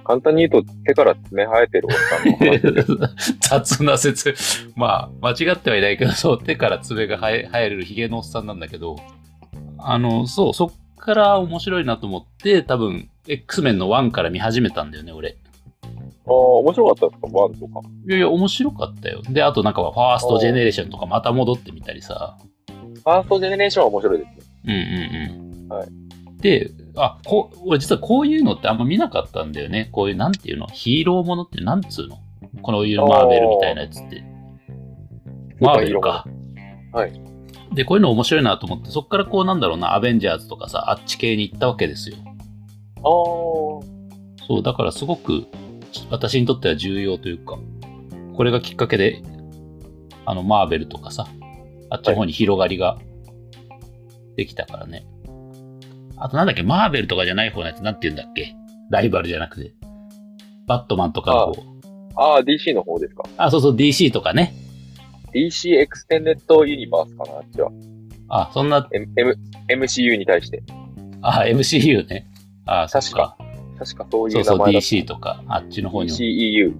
Speaker 2: 簡単に言うと、手から爪生えてるおっさ んの話
Speaker 1: 雑な説。まあ、間違ってはいないけど、そう、手から爪が生え生えるヒゲのおっさんなんだけど、あの、そう、そっから面白いなと思って、多分、X メンの1から見始めたんだよね、俺。
Speaker 2: あああ、面白かったですかワンとか。
Speaker 1: いやいや、面白かったよ。で、あとなんか、ファーストジェネレーションとかまた戻ってみたりさ。
Speaker 2: ファーストジェネレーションは面白いですね。
Speaker 1: うんうんうん。
Speaker 2: はい
Speaker 1: で、あこ俺実はこういうのってあんま見なかったんだよね。こういう、なんていうのヒーローものってなんつうのこのいうマーベルみたいなやつって。マーベルか。
Speaker 2: はい。
Speaker 1: で、こういうの面白いなと思って、そっからこうなんだろうな、アベンジャーズとかさ、あっち系に行ったわけですよ。
Speaker 2: ああ、
Speaker 1: そう、だからすごく私にとっては重要というか、これがきっかけで、あの、マーベルとかさ、あっちの方に広がりができたからね。あとなんだっけ、マーベルとかじゃない方のやつ、なんて言うんだっけライバルじゃなくて。バットマンとかこう。
Speaker 2: ああ、DC の方ですか。
Speaker 1: あそうそう、DC とかね。
Speaker 2: DC エクステンデッドユニバースかな、あっちは。
Speaker 1: あ、そんな、
Speaker 2: M M、MCU に対して。
Speaker 1: あ、MCU ね。あ、そっ
Speaker 2: 確か。確かそうい
Speaker 1: そううそ
Speaker 2: 名
Speaker 1: う、
Speaker 2: 前だった。
Speaker 1: DC とか、あっちの方にも。
Speaker 2: DCEU。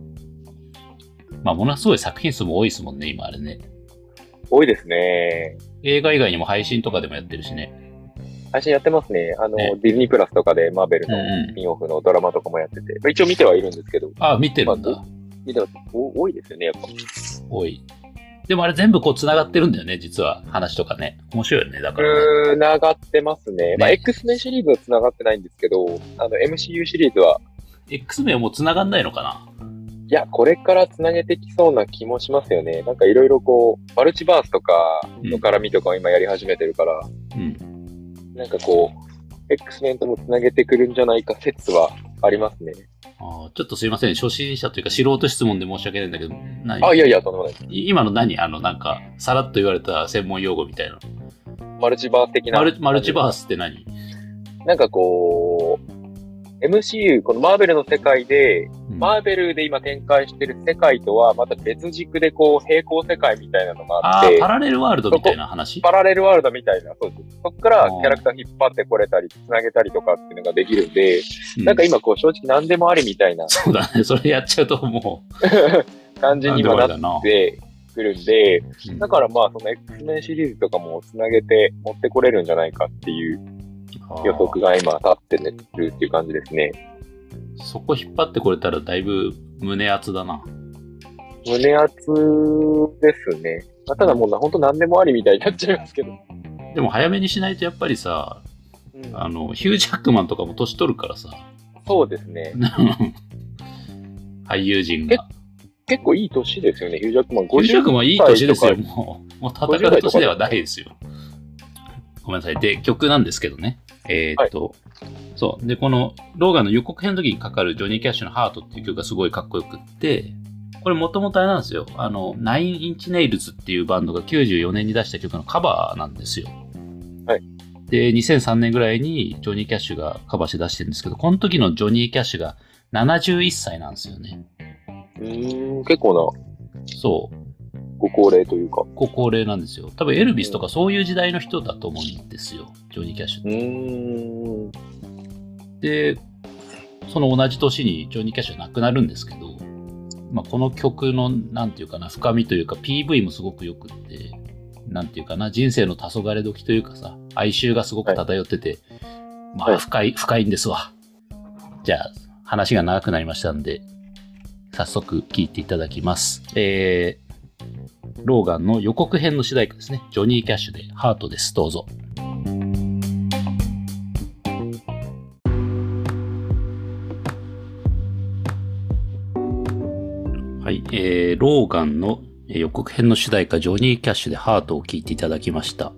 Speaker 1: まあ、ものすごい作品数も多いですもんね、今あれね。
Speaker 2: 多いですね。
Speaker 1: 映画以外にも配信とかでもやってるしね。
Speaker 2: 配信やってますね。あの、
Speaker 1: ね
Speaker 2: ディズニープラスとかでマーベルの
Speaker 1: うんうん
Speaker 2: スピンオフのドラマとかもやってて、まあ、一応見てはいるんですけど、
Speaker 1: あ、見てるんだ。
Speaker 2: 見てますお多いですよね、やっぱ。
Speaker 1: 多い。でもあれ全部こう繋がってるんだよね、実は。話とかね。面白いよね、だからね。
Speaker 2: つながってますね。まあ、
Speaker 1: ね
Speaker 2: X メンシリーズはつながってないんですけど、あの、MCU シリーズは、
Speaker 1: X 名はもう繋がんないのかない
Speaker 2: や、これからつなげてきそうな気もしますよね。なんかいろいろこう、マルチバースとかの絡みとかを今やり始めてるから、
Speaker 1: うん。
Speaker 2: なんかこう、X メンともつなげてくるんじゃないか説はありますね。
Speaker 1: あーちょっとすいません、初心者というか素人質問で申し訳ないんだけど、何
Speaker 2: あ、いやいや、とんでもないです。
Speaker 1: い今の何あの、なんか、さらっと言われた専門用語みたいな。
Speaker 2: マルチバース的な。
Speaker 1: マルマルチバースって何
Speaker 2: なんかこう、MCU、このマーベルの世界で、
Speaker 1: うん
Speaker 2: マーベルで今展開してる世界とはまた別軸でこう平行世界みたいなのがあ
Speaker 1: あ
Speaker 2: って
Speaker 1: ー、パラレルワールドみたいな話
Speaker 2: パラレルワールドみたいな、そうです。そっから
Speaker 1: うん
Speaker 2: キャラクター引っ張ってこれたり、繋げたりとかっていうのができるんで、
Speaker 1: う
Speaker 2: なんか今こう正直何でもありみたい な
Speaker 1: そうだね、それやっちゃうとも
Speaker 2: 感
Speaker 1: う、
Speaker 2: じ
Speaker 1: なんで
Speaker 2: に今
Speaker 1: もあれ
Speaker 2: な
Speaker 1: だ
Speaker 2: っ
Speaker 1: な。
Speaker 2: てくるんで、
Speaker 1: うん
Speaker 2: だからまあその X メンシリーズとかも繋げて持ってこれるんじゃないかっていう予測が今立ってるっていう感じですね。
Speaker 1: あーそこ引っ張ってこれたらだいぶ胸熱だな。
Speaker 2: 胸熱ですね。まあ、ただもうな、本当何でもありみたいになっちゃいますけど。
Speaker 1: でも早めにしないとやっぱりさ、
Speaker 2: うん
Speaker 1: あの、ヒュージャックマンとかも年取るからさ、
Speaker 2: そうで すね。
Speaker 1: 俳優陣が。
Speaker 2: 結構いい年ですよね、ヒュージャックマン。
Speaker 1: ヒュージャックマンいい年ですよ、
Speaker 2: 50
Speaker 1: もう。も う戦う年ではないですよ。ごめんなさい。で、曲なんですけどね。えーっと、そう。で、この、ローガンの予告編の時にかかるジョニー・キャッシュのハートっていう曲がすごいかっこよくって、これもともとあれなんですよ。あの、ナイン・インチ・ネイルズっていうバンドが94年に出した曲のカバーなんですよ。
Speaker 2: はい。
Speaker 1: で、2003年ぐらいにジョニー・キャッシュがカバーして出してるんですけど、この時のジョニー・キャッシュが71歳なんですよね。
Speaker 2: うーん、結構な
Speaker 1: そう。
Speaker 2: ご高齢というか。
Speaker 1: ご高齢なんですよ。多分エルビスとかそういう時代の人だと思うんですよ、ジョニー・キャッシュっ
Speaker 2: うーん。
Speaker 1: て。で、その同じ年にジョニー・キャッシュは亡くなるんですけど、まあ、この曲の、なんていうかな、深みというか、PV もすごくよくって、なんていうかな、人生の黄昏時というかさ、哀愁がすごく漂ってて、ま
Speaker 2: は
Speaker 1: あ、
Speaker 2: い
Speaker 1: 深い、深いんですわ。じゃあ、話が長くなりましたんで、早速聴いていただきます。えー、ローガンの予告編の主題歌ですね。ジョニー・キャッシュで、ハートです。どうぞ。はい、えー、ローガンのえー予告編の主題歌、ジョニー・キャッシュでハートを聴いていただきました。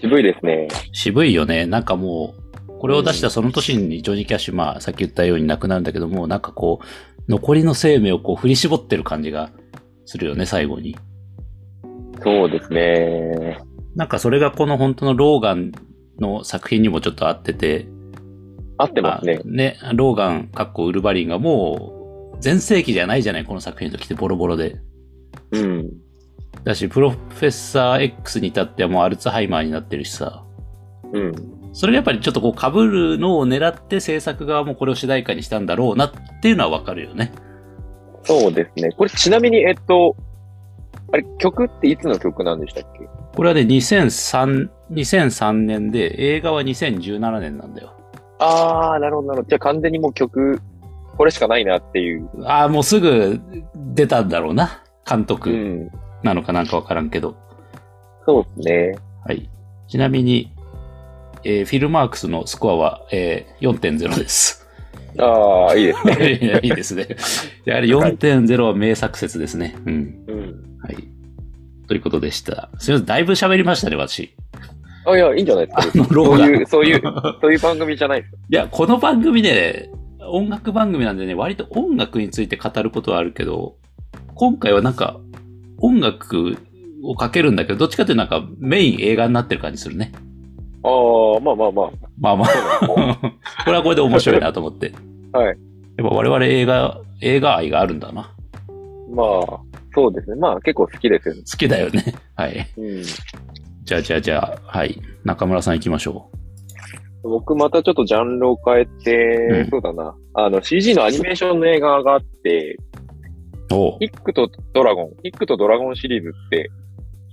Speaker 2: 渋いですね。
Speaker 1: 渋いよね。なんかもう、これを出したその年にジョニー・キャッシュ、まあ、さっき言ったように亡くなるんだけども、なんかこう、残りの生命をこう振り絞ってる感じがするよね、最後に。
Speaker 2: そうですね。
Speaker 1: なんかそれがこの本当のローガンの作品にもちょっと合ってて、
Speaker 2: 合ってますね
Speaker 1: あ。ね、ローガン、かっこウルバリンがもう、全盛期じゃないじゃない、この作品ときてボロボロで。
Speaker 2: うん。
Speaker 1: だし、プロフェッサー X に至ってはもうアルツハイマーになってるしさ。
Speaker 2: うん。
Speaker 1: それがやっぱりちょっとこう被るのを狙って制作側もこれを主題歌にしたんだろうなっていうのはわかるよね。
Speaker 2: そうですね。これちなみに、えっと、あれ、曲っていつの曲なんでしたっけ
Speaker 1: これはね、2003、2003年で、映画は2017年なんだよ。
Speaker 2: あー、なるほど、なるほど。じゃあ完全にもう曲これしかないなっていう。
Speaker 1: ああ、もうすぐ出たんだろうな。監
Speaker 2: う
Speaker 1: 督
Speaker 2: ん。
Speaker 1: なのかなんかわからんけど。
Speaker 2: そうですね。
Speaker 1: はい。ちなみに、えーフィルマークスのスコアは、えー4.0です。
Speaker 2: ああ、いいですね。
Speaker 1: いやいいですね。やはり4.0は名作説ですね。うん。
Speaker 2: うん。
Speaker 1: はい。ということでした。すみません。だいぶ喋りましたね、私。
Speaker 2: あ、いや、いいんじゃないですか。
Speaker 1: あの、ロ
Speaker 2: そ
Speaker 1: ー
Speaker 2: う
Speaker 1: が。
Speaker 2: い、
Speaker 1: いう
Speaker 2: そういう、 そういう番組じゃないです。
Speaker 1: や、この番組ね、音楽番組なんでね、割と音楽について語ることはあるけど、今回はなんか、音楽をかけるんだけど、どっちかっていうとなんかメイン映画になってる感じするね。
Speaker 2: ああ、まあまあまあ。
Speaker 1: まあまあ。これはこれで面白いなと思って。
Speaker 2: はい。
Speaker 1: やっぱ我々映画、映画愛があるんだな。
Speaker 2: まあ、そうですね。まあ、結構好きですよね。
Speaker 1: 好きだよね。はい。
Speaker 2: うん。
Speaker 1: じゃあじゃあじゃあ、はい。中村さん行きましょ
Speaker 2: 僕またちょっとジャンルを変えて、
Speaker 1: うん
Speaker 2: そうだな。あの、CG のアニメーションの映画があって、
Speaker 1: う。おう
Speaker 2: ヒックとドラゴン、ヒックとドラゴンシリーズって、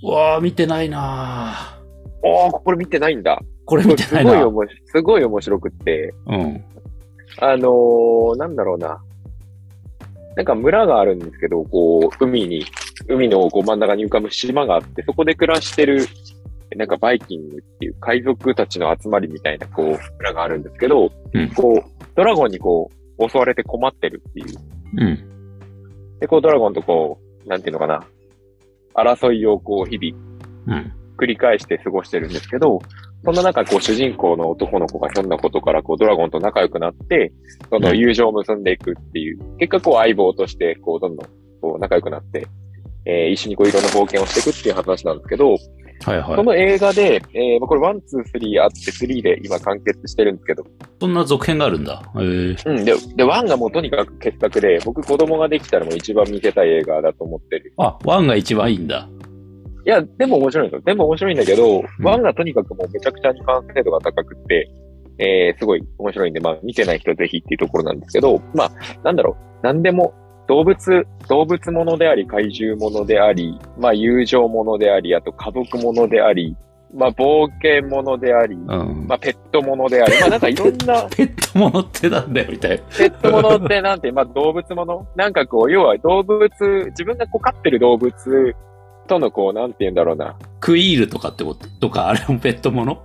Speaker 1: うわあ見てないなぁ
Speaker 2: おー、これ見てないんだ。
Speaker 1: これ
Speaker 2: こ
Speaker 1: 見
Speaker 2: れ
Speaker 1: て
Speaker 2: す
Speaker 1: な
Speaker 2: ご
Speaker 1: い
Speaker 2: い
Speaker 1: な
Speaker 2: 面白すごい面白くって、
Speaker 1: うん。
Speaker 2: あのー、なんだろうな。なんか村があるんですけど、こう、海に、海のこう真ん中に浮かぶ島があって、そこで暮らしてる、なんかバイキングっていう海賊たちの集まりみたいな、こう、村があるんですけど、
Speaker 1: うん
Speaker 2: こう、ドラゴンにこう、襲われて困ってるっていう。
Speaker 1: うん。
Speaker 2: で、こう、ドラゴンとこう、なんていうのかな、争いをこう、日々
Speaker 1: うん。
Speaker 2: 繰り返して過ごしてるんですけど、そんな中、こう、主人公の男の子がひょんなことから、こう、ドラゴンと仲良くなって、その友情を結んでいくっていう、結果、こう、相棒として、こう、どんどん、こう、仲良くなって、えー一緒にこう、いろんな冒険をしていくっていう話なんですけど、
Speaker 1: はいは
Speaker 2: そ
Speaker 1: い。
Speaker 2: の映画で、えーまあこれ、ワン、ツー、スリーあって、スリーで今完結してるんですけど、
Speaker 1: そんな続編があるんだ。えー、
Speaker 2: うん、で、で、ワンがもうとにかく傑作で、僕、子供ができたらもう一番見せたい映画だと思ってる
Speaker 1: あ、ワンが一番いいんだ。
Speaker 2: いや、でも面白いんですよ。でも面白いんだけど、
Speaker 1: うん
Speaker 2: ワンがとにかくもうめちゃくちゃに完成度が高くって、えー、すごい面白いんで、まあ見てない人ぜひっていうところなんですけど、まあ、なんだろう、なんでも、動物、動物ものであり、怪獣ものであり、まあ友情ものであり、あと家族ものであり、まあ冒険ものであり、
Speaker 1: うん。
Speaker 2: まあペットものであり、まあなんかいろん な、
Speaker 1: ペットものってなんだよ、みたいな。
Speaker 2: ペットものってなんて、まあ動物ものなんかこう、要は動物、自分がこう飼ってる動物とのこう、なんて言うんだろうな、
Speaker 1: クイールとかってこととか、あれもペットもの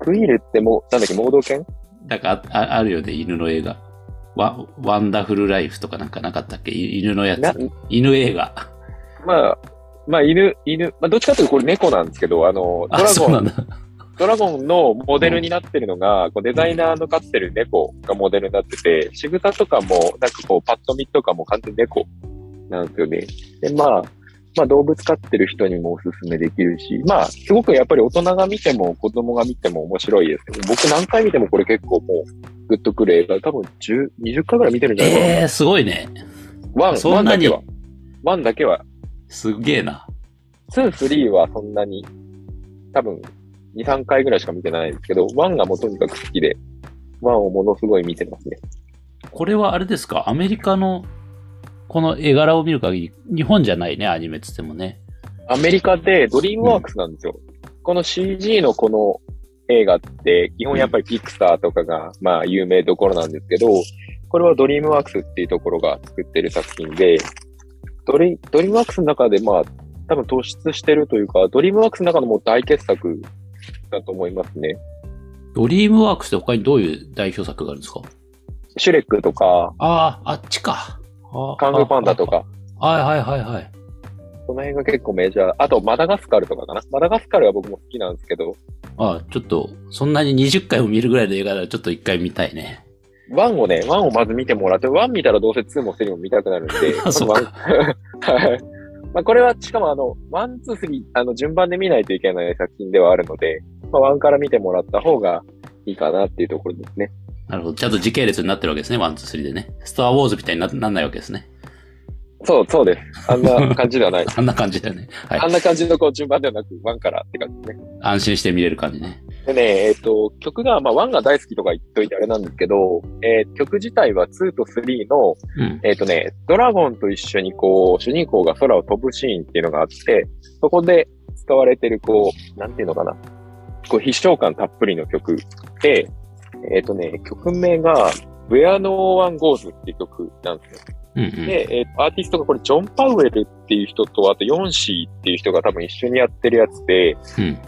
Speaker 2: クイールってもう、なんだっけ、盲導犬
Speaker 1: なんかあああるよね、犬の映画。ワワンダフルライフとかなんかなかったっけい犬のや
Speaker 2: な
Speaker 1: つ。、犬映画。
Speaker 2: まあ、まあ犬、犬、まあどっちかというとこれ猫なんですけど、あの、ド
Speaker 1: あ、
Speaker 2: ラ
Speaker 1: そうな
Speaker 2: ゴ
Speaker 1: ん
Speaker 2: ン、
Speaker 1: だ。
Speaker 2: ドラゴンのモデルになってるのが、こうデザイナーの飼ってる猫がモデルになってて、仕草とかも、なんかこうパッと見とかも完全に猫なんですよね。で、まあ、まあ動物飼ってる人にもおすすめできるし、まあすごくやっぱり大人が見ても子供が見ても面白いですね。僕何回見てもこれ結構もう、グッとくる映画、多分10、20回ぐらい見てるんじゃないかな。
Speaker 1: えー、すごいね。
Speaker 2: ワン、
Speaker 1: そ
Speaker 2: ワ
Speaker 1: ん
Speaker 2: ン
Speaker 1: な
Speaker 2: だ
Speaker 1: に
Speaker 2: けは。ワンだけは。
Speaker 1: すげえな。
Speaker 2: ツー、スリーはそんなに、多分、2、3回ぐらいしか見てないんですけど、ワンがもうとにかく好きで、ワンをものすごい見てますね。
Speaker 1: これはあれですかアメリカのこの絵柄を見る限り、日本じゃないね、アニメっつってもね。
Speaker 2: アメリカでドリームワークスなんですよ。この CG のこの映画って、基本やっぱりピクサーとかが、まあ有名どころなんですけど、これはドリームワークスっていうところが作ってる作品で、ドリドリームワークスの中でまあ、多分突出してるというか、ドリームワークスの中のもう大傑作だと思いますね。
Speaker 1: ドリームワークスって他にどういう代表作があるんですか
Speaker 2: シュレックとか、
Speaker 1: ああ、あっちか。あー
Speaker 2: カンフーパンダと。か、
Speaker 1: あーはいはいはいはい。
Speaker 2: その辺が結構メジャー。あと、マダガスカルとかかな。マダガスカルは僕も好きなんですけど、
Speaker 1: あーちょっと、そんなに20回も見るぐらいの映画ならちょっと1回見たい ね。
Speaker 2: ワンをね、ワンをまず見てもらって、ワン見たらどうせツーもスリーも見たくなるんで、
Speaker 1: あ、そっ
Speaker 2: まず
Speaker 1: か。
Speaker 2: ワン はいまあこれは、しかもあの、ワン、ツー、スリー、あの、順番で見ないといけない作品ではあるので、まあ、ワンから見てもらった方がいいかなっていうところですね。
Speaker 1: なるほど。ちゃんと時系列になってるわけですね。ワン、ツー、スリーでね。スター・ウォーズみたいにななんないわけですね。
Speaker 2: そう、そうです。あんな感じでは ない。
Speaker 1: あんな感じだよね。はい
Speaker 2: あ。んな感じのこう順番ではなく、ワンからって感じですね。
Speaker 1: 安心して見れる感じね。
Speaker 2: でね、えっ、と、曲が、まあ、ワンが大好きとか言っといてあれなんですけど、えー曲自体は2と3の、
Speaker 1: うん。
Speaker 2: えっ、とね、ドラゴンと一緒にこう、主人公が空を飛ぶシーンっていうのがあって、そこで使われてるこう、なんていうのかな、こう、必勝感たっぷりの曲で、えっ、とね、曲名が、 Where No One Goes っていう曲なんですよ。
Speaker 1: うんうん。
Speaker 2: で、えーアーティストがこれ、ジョン・パウエルっていう人と、あと、ヨンシーっていう人が多分一緒にやってるやつで、
Speaker 1: うん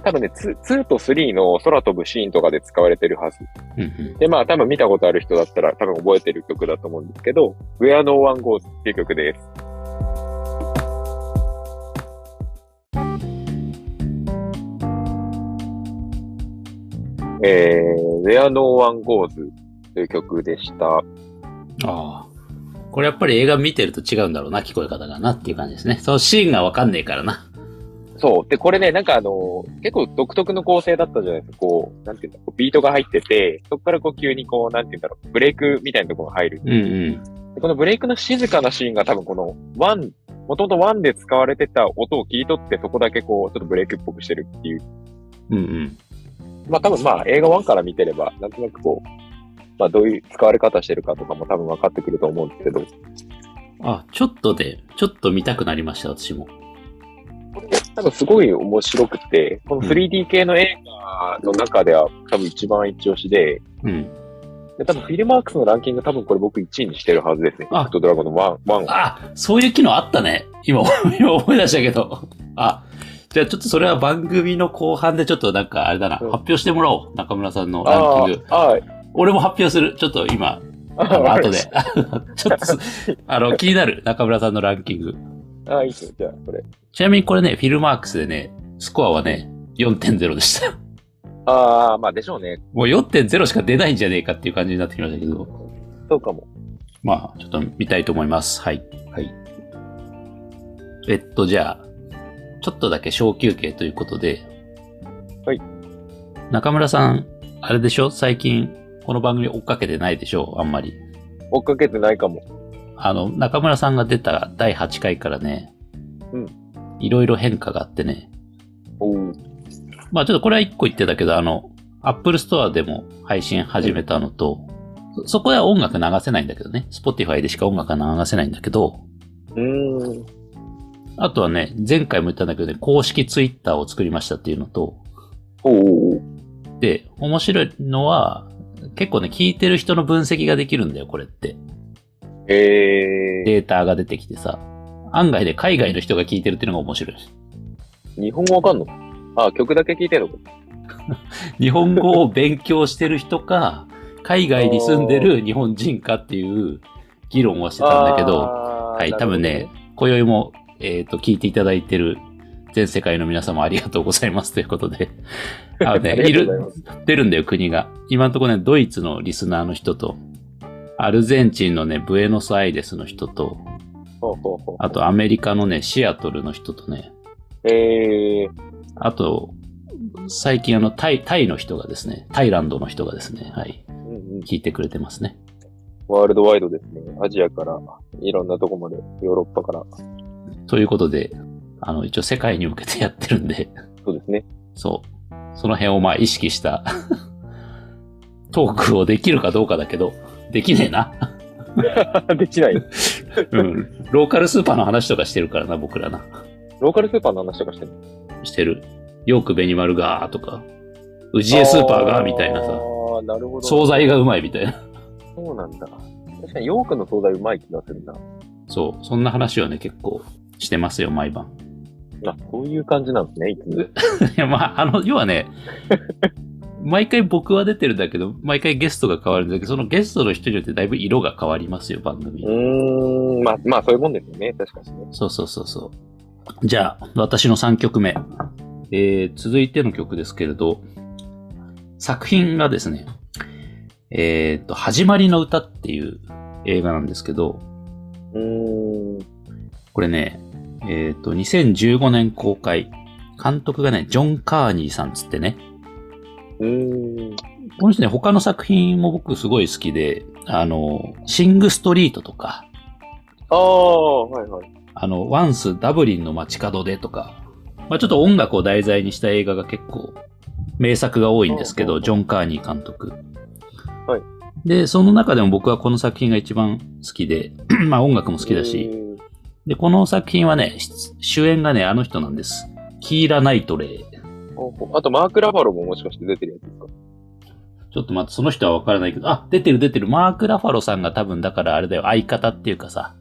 Speaker 2: 多分ね、ツ2と3の空飛ぶシーンとかで使われてるはず。
Speaker 1: うんうん
Speaker 2: で、まあ、多分見たことある人だったら、多分覚えてる曲だと思うんですけど、Where No One Goes っていう曲です。えー、Where No One Goes という曲でした。
Speaker 1: ああ。これやっぱり映画見てると違うんだろうな、聞こえ方がなっていう感じですね。そのシーンがわかんねえからな。
Speaker 2: そう。で、これね、なんかあの、結構独特の構成だったじゃないですか。こう、なんていうんだろう、ビートが入ってて、そこからこう急にこう、なんていうんだろう、ブレイクみたいなところが入る。
Speaker 1: うんうん。
Speaker 2: でこのブレイクの静かなシーンが多分この、ワン、もともとワンで使われてた音を切り取って、そこだけこう、ちょっとブレイクっぽくしてるっていう。
Speaker 1: うんうん。
Speaker 2: まあ多分まあ映画ワンから見てれば、なんとなくこう、まあどういう使われ方してるかとかも多分分かってくると思うんですけど、
Speaker 1: あ、ちょっとで、ちょっと見たくなりました、私も。
Speaker 2: 多分すごい面白くて、この 3D 系の映画の中では多分一番一押しで、
Speaker 1: うん。
Speaker 2: で、多分フィルマークスのランキング多分これ僕1位にしてるはずですね。
Speaker 1: あ
Speaker 2: あ、ドラゴンのワン、ワン。
Speaker 1: あ、そういう機能あったね。今、 今思い出したけど。あ、じゃあちょっとそれは番組の後半でちょっとなんかあれだな、
Speaker 2: うん
Speaker 1: 発表してもらおう。中村さんのラ
Speaker 2: あ
Speaker 1: ンキング。
Speaker 2: あ、あ
Speaker 1: 俺も発表する。ちょっと今、
Speaker 2: あ、
Speaker 1: あの、
Speaker 2: わか
Speaker 1: 後
Speaker 2: りま
Speaker 1: で
Speaker 2: し。
Speaker 1: ちょっとす、あの、気になる。中村さんのランキング。
Speaker 2: た。ああ、いいっすよ。じゃあ、これ。
Speaker 1: ちなみにこれね、フィルマークスでね、スコアはね、4.0でした。
Speaker 2: ああ、まあでしょうね。
Speaker 1: もう4.0しか出ないんじゃねえかっていう感じになってきましたけど、
Speaker 2: そうかも。
Speaker 1: まあ、ちょっと見たいと思います。はい。はい。えっと、じゃあ、ちょっとだけ小休憩ということで、
Speaker 2: はい。
Speaker 1: 中村さん、あれでしょ最近、この番組追っかけてないでしょあんまり。
Speaker 2: 追っかけてないかも。
Speaker 1: あの、中村さんが出た第8回からね、
Speaker 2: うん。
Speaker 1: いろいろ変化があってね、
Speaker 2: おー
Speaker 1: まあちょっとこれは一個言ってたけど、あの、Apple Store でも配信始めたのと、そそこでは音楽流せないんだけどね。Spotify でしか音楽は流せないんだけど、
Speaker 2: うーん。
Speaker 1: あとはね、前回も言ったんだけどね、公式 Twitter を作りましたっていうのと、
Speaker 2: おーおー
Speaker 1: で、面白いのは、結構ね、聞いてる人の分析ができるんだよ、これって。
Speaker 2: えー、
Speaker 1: データが出てきてさ。案外で海外の人が聞いてるっていうのが面白い。
Speaker 2: 日本語わかんのああ、曲だけ聞いてるの
Speaker 1: 日本語を勉強してる人か、海外に住んでる日本人かっていう議論はしてたんだけど、
Speaker 2: あー
Speaker 1: はい、
Speaker 2: なる
Speaker 1: 多
Speaker 2: ほど
Speaker 1: 分ね、今宵も、えっ、と、聞いていただいてる全世界の皆様ありがとうございますということで。あの ね、
Speaker 2: あ
Speaker 1: い
Speaker 2: りがとうござ
Speaker 1: る、
Speaker 2: います。
Speaker 1: 出るんだよ、国が。今のところね、ドイツのリスナーの人と、アルゼンチンのね、ブエノスアイレスの人と、
Speaker 2: ほうほうほう。
Speaker 1: あとアメリカのね、シアトルの人とね、
Speaker 2: えー、
Speaker 1: あと、最近あの、タイ、タイの人がですね、タイランドの人がですね、はい、
Speaker 2: うんうん。
Speaker 1: 聞いてくれてますね。
Speaker 2: ワールドワイドですね。アジアから、いろんなとこまで、ヨーロッパから。
Speaker 1: ということで、あの、一応世界に向けてやってるんで、
Speaker 2: そうですね。
Speaker 1: そう。その辺をまあ意識した トークをできるかどうかだけど、できねえな。
Speaker 2: できない。
Speaker 1: うん。ローカルスーパーの話とかしてるからな、僕らな。
Speaker 2: ローカルスーパーの話とかしてる
Speaker 1: してる。ヨークベニマルがーとか、ウジエスーパーがーみたいな
Speaker 2: あ
Speaker 1: さ、
Speaker 2: ーなるほど。
Speaker 1: 惣菜がうまいみたいな。
Speaker 2: そうなんだ。確かにヨークの惣菜うまい気がするな。
Speaker 1: そう。そんな話をね、結構してますよ、毎晩。
Speaker 2: あ、そういう感じなんですね、いつも。
Speaker 1: いや、まあ、あの、要は ね、毎回僕は出てるんだけど、毎回ゲストが変わるんだけど、そのゲストの人によってだいぶ色が変わりますよ、番組の。
Speaker 2: うーん、まあ、まあ、そういうもんですよね、確かにね。
Speaker 1: そうそうそうそう。じゃあ、私の3曲目。えー、続いての曲ですけれど、作品がですね、えー、と、始まりの歌っていう映画なんですけど、
Speaker 2: うーん、
Speaker 1: これね、えー、と、2015年公開。監督がね、ジョン・カーニーさんつってね、
Speaker 2: うーん、
Speaker 1: この人ね、他の作品も僕すごい好きで、あの、シング・ストリートとか、
Speaker 2: ああ、はいはい。
Speaker 1: あの、ワンスダブリンの街角でとか、まあ、ちょっと音楽を題材にした映画が結構名作が多いんですけ
Speaker 2: うん
Speaker 1: ど、
Speaker 2: うん
Speaker 1: ジョン・カーニー監督。
Speaker 2: は
Speaker 1: で、その中でも僕はこの作品が一番好きで、 まあ音楽も好きだし、
Speaker 2: う
Speaker 1: で、この作品はね、し主演がね、あの人なんです。キーラ・ナイトレイ。
Speaker 2: ーん。あと、マーク・ラバロももしかして出てるやつですか
Speaker 1: ちょっと待って、その人はわからないけど、あ、出てる出てる。マーク・ラファロさんが多分だからあれだよ、相方っていうかさ、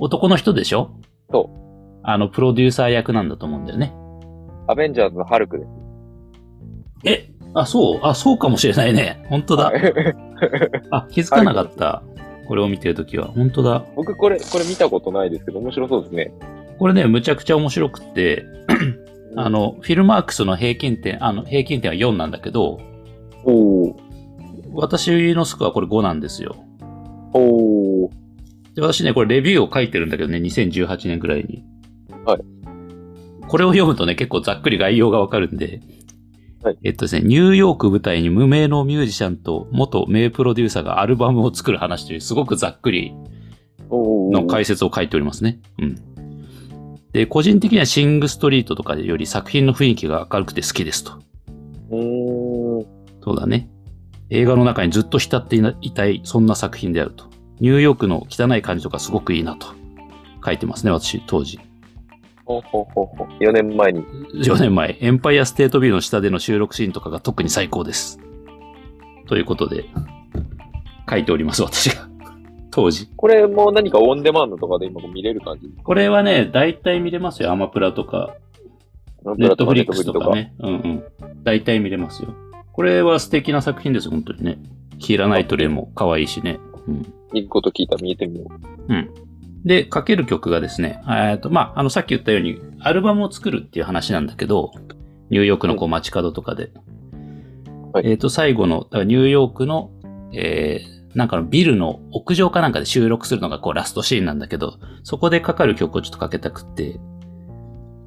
Speaker 1: 男の人でしょ。
Speaker 2: そう
Speaker 1: あの、プロデューサー役なんだと思うんだよね。
Speaker 2: アベンジャーズのハルクです。
Speaker 1: え、あ、そう、あ、そうかもしれないね。本当だ。あ、気づかなかった。これを見てるときは。本当だ。
Speaker 2: 僕これ、これ見たことないですけど、面白そうですね。
Speaker 1: これね、むちゃくちゃ面白くって、あ、の、フィルマークスの平均点、あの、平均点は4なんだけど、
Speaker 2: おー、
Speaker 1: 私のスコアこれ5なんですよ。
Speaker 2: おー、
Speaker 1: で、私ね、これレビューを書いてるんだけどね、2018年ぐらいに。
Speaker 2: はい。
Speaker 1: これを読むとね、結構ざっくり概要がわかるんで、
Speaker 2: はい
Speaker 1: えっとですね、ニューヨーク舞台に無名のミュージシャンと元名プロデューサーがアルバムを作る話という、すごくざっくり
Speaker 2: おー。
Speaker 1: の解説を書いておりますね。うん。で、個人的にはシングストリートとかより作品の雰囲気が明るくて好きですと。
Speaker 2: うーん。
Speaker 1: そうだね。映画の中にずっと浸っていないたい、そんな作品であると。ニューヨークの汚い感じとかすごくいいなと。書いてますね、私、当時。
Speaker 2: ほうほうほうほう。4年前に。
Speaker 1: 4年前、エンパイアステートビューの下での収録シーンとかが特に最高です。ということで、書いております、私が。当時。
Speaker 2: これも何かオンデマンドとかで今見れる感じ
Speaker 1: これはね、大体見れますよ。アマプラとか、ネットフリックスとか。ね。うんうん。大体見れますよ。これは素敵な作品ですよ、本当にね。キーラナイトレイも可愛いしね。うん。
Speaker 2: いいこと聞いたら見えてみよう。
Speaker 1: うん。で、かける曲がですね、えっと、まあ、あの、さっき言ったように、アルバムを作るっていう話なんだけど、ニューヨークのこう街角とかで。
Speaker 2: はい
Speaker 1: えっと、最後の、だからニューヨークの、えー、なんかのビルの屋上かなんかで収録するのがこうラストシーンなんだけど、そこでかかる曲をちょっとかけたくって、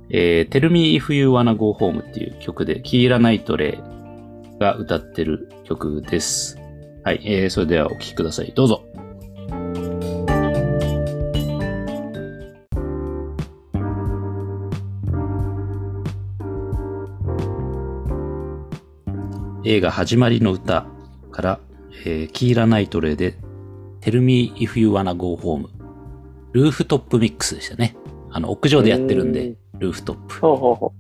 Speaker 1: えー、Tell Me If You Wanna Go Home っていう曲で、キーラ・ナイトレイが歌ってる曲です。はい、えー、それではお聴きください。どうぞ。映画始まりの歌から、えーキーラ・ナイトレイで Tell Me If You Wanna Go Home ルーフトップミックスでしたね。あの、屋上でやってるん
Speaker 2: う
Speaker 1: で
Speaker 2: ん、
Speaker 1: ルーフトップ。
Speaker 2: ほうほうほ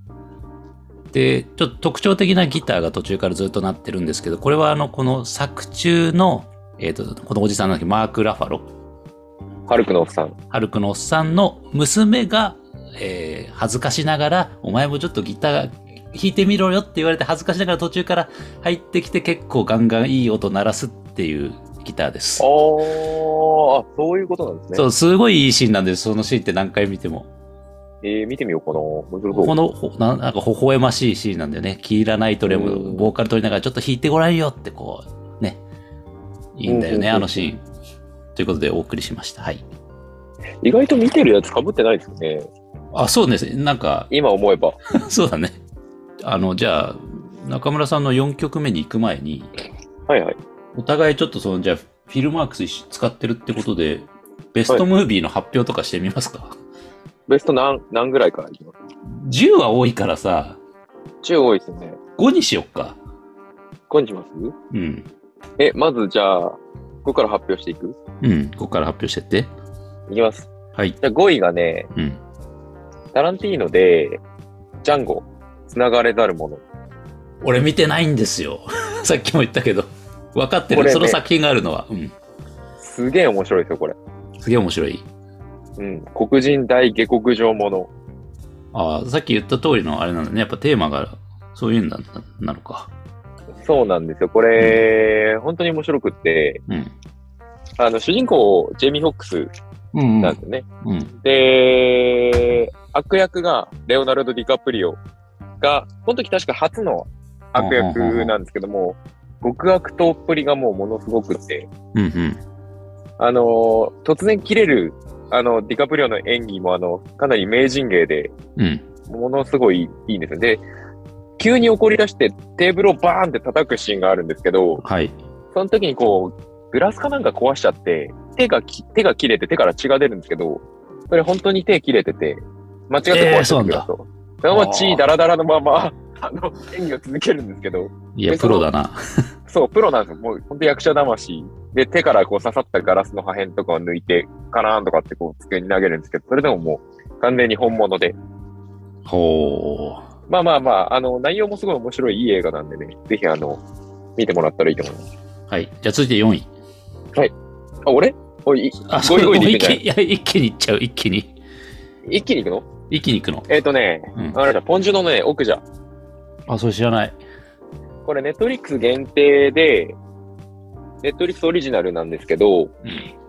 Speaker 1: で、ちょっと特徴的なギターが途中からずっと鳴ってるんですけど、これはあの、この作中の、えっ、と、このおじさんなんだっけマーク・ラファロ、
Speaker 2: う。ハルクのおっさん。
Speaker 1: ハルクのおっさんの娘が、えー恥ずかしながら、お前もちょっとギター弾いてみろよって言われて、恥ずかしながら途中から入ってきて、結構ガンガンいい音鳴らすっていうギターです。
Speaker 2: おー、あ、そういうことなんですね。
Speaker 1: そう、すごいいいシーンなんです。そのシーンって何回見ても。
Speaker 2: えー、見てみようかな。面白そ
Speaker 1: こ
Speaker 2: う。
Speaker 1: の、ほななんか微笑ましいシーンなんだよね。キーラ・ナイトレ
Speaker 2: う
Speaker 1: も
Speaker 2: ん
Speaker 1: ボーカル取りながらちょっと弾いてごらんよってこう、ね。いいんだよね、
Speaker 2: うんうんうん
Speaker 1: あのシーン。ということでお送りしました。はい。
Speaker 2: 意外と見てるやつ被ってないですよね。
Speaker 1: あ、そうです。なんか、
Speaker 2: 今思えば。
Speaker 1: そうだね。あの、じゃあ、中村さんの4曲目に行く前に、
Speaker 2: はいはい。
Speaker 1: お互いちょっとその、じゃあ、フィルマークス一緒に使ってるってことで、ベストムービーの発表とかしてみますか、
Speaker 2: ベスト何、何ぐらいからいきます
Speaker 1: ?10 は多いからさ、
Speaker 2: 中多いですよね。
Speaker 1: 5にしよっか。
Speaker 2: こんにちは。
Speaker 1: うん。
Speaker 2: え、まずじゃあ、ここから発表していく
Speaker 1: うん。ここから発表してって。
Speaker 2: いきます。
Speaker 1: はい。
Speaker 2: じゃあ5位がね、
Speaker 1: うん。
Speaker 2: タランティーノで、ジャンゴ、繋がれざるもの。
Speaker 1: 俺見てないんです よ。さっきも言ったけど。分かって
Speaker 2: こ
Speaker 1: る、
Speaker 2: れね
Speaker 1: その作品があるのは。うん。
Speaker 2: すげえ面白いですよ、これ。
Speaker 1: すげえ面白い。
Speaker 2: うん。黒人大下克上もの。
Speaker 1: ああ、さっき言った通りのあれなんだね。やっぱテーマが、そういうんだななのか。
Speaker 2: そうなんですよ。これ、本当に面白くって、
Speaker 1: うん。
Speaker 2: あの、主人公、ジェイミー・フォックス
Speaker 1: うん、う
Speaker 2: なん
Speaker 1: ん
Speaker 2: ですよね。
Speaker 1: うん。
Speaker 2: で、悪役が、レオナルド・ディカプリオが、この時確か初の悪役なんですけども、極悪党っぷりがもうものすごくって、
Speaker 1: うん。うん。
Speaker 2: あの、突然切れる、あの、ディカプリオの演技も、あの、かなり名人芸で、
Speaker 1: うん。
Speaker 2: ものすごいいいんですよ。で、急に怒り出してテーブルをバーンって叩くシーンがあるんですけど、
Speaker 1: はい。
Speaker 2: その時にこう、グラスかなんか壊しちゃって、手がき、手が切れて手から血が出るんですけど、それ本当に手切れてて、間違って壊しちゃったんですよ。そのまま血だらだらのまま、 あの、演技を続けるんですけど、
Speaker 1: いや、
Speaker 2: で
Speaker 1: プロだな。
Speaker 2: そう、プロなんですよ。もう本当役者魂。で、手からこう刺さったガラスの破片とかを抜いて、カラーンとかってこう机に投げるんですけど、それでももう完全に本物で、
Speaker 1: ほ
Speaker 2: まあまあまあ、あの、内容もすごい面白い、いい映画なんでね、ぜひあの、見てもらったらいいと思います。
Speaker 1: はい。じゃあ続いて4位。
Speaker 2: あ、俺おい、い
Speaker 1: あ、
Speaker 2: ゴイゴイでい
Speaker 1: 一
Speaker 2: くん
Speaker 1: 気に、い
Speaker 2: じゃな
Speaker 1: や、一気にいっちゃう。一気に。
Speaker 2: 一気に行くの
Speaker 1: 一気にいくの。
Speaker 2: えっ、とね、
Speaker 1: うん。
Speaker 2: あれだ、ポンジュのね、奥じゃ。
Speaker 1: あ、それ知らない。
Speaker 2: これ、ネットフリックス限定で、ネットフリックスオリジナルなんですけど、
Speaker 1: うん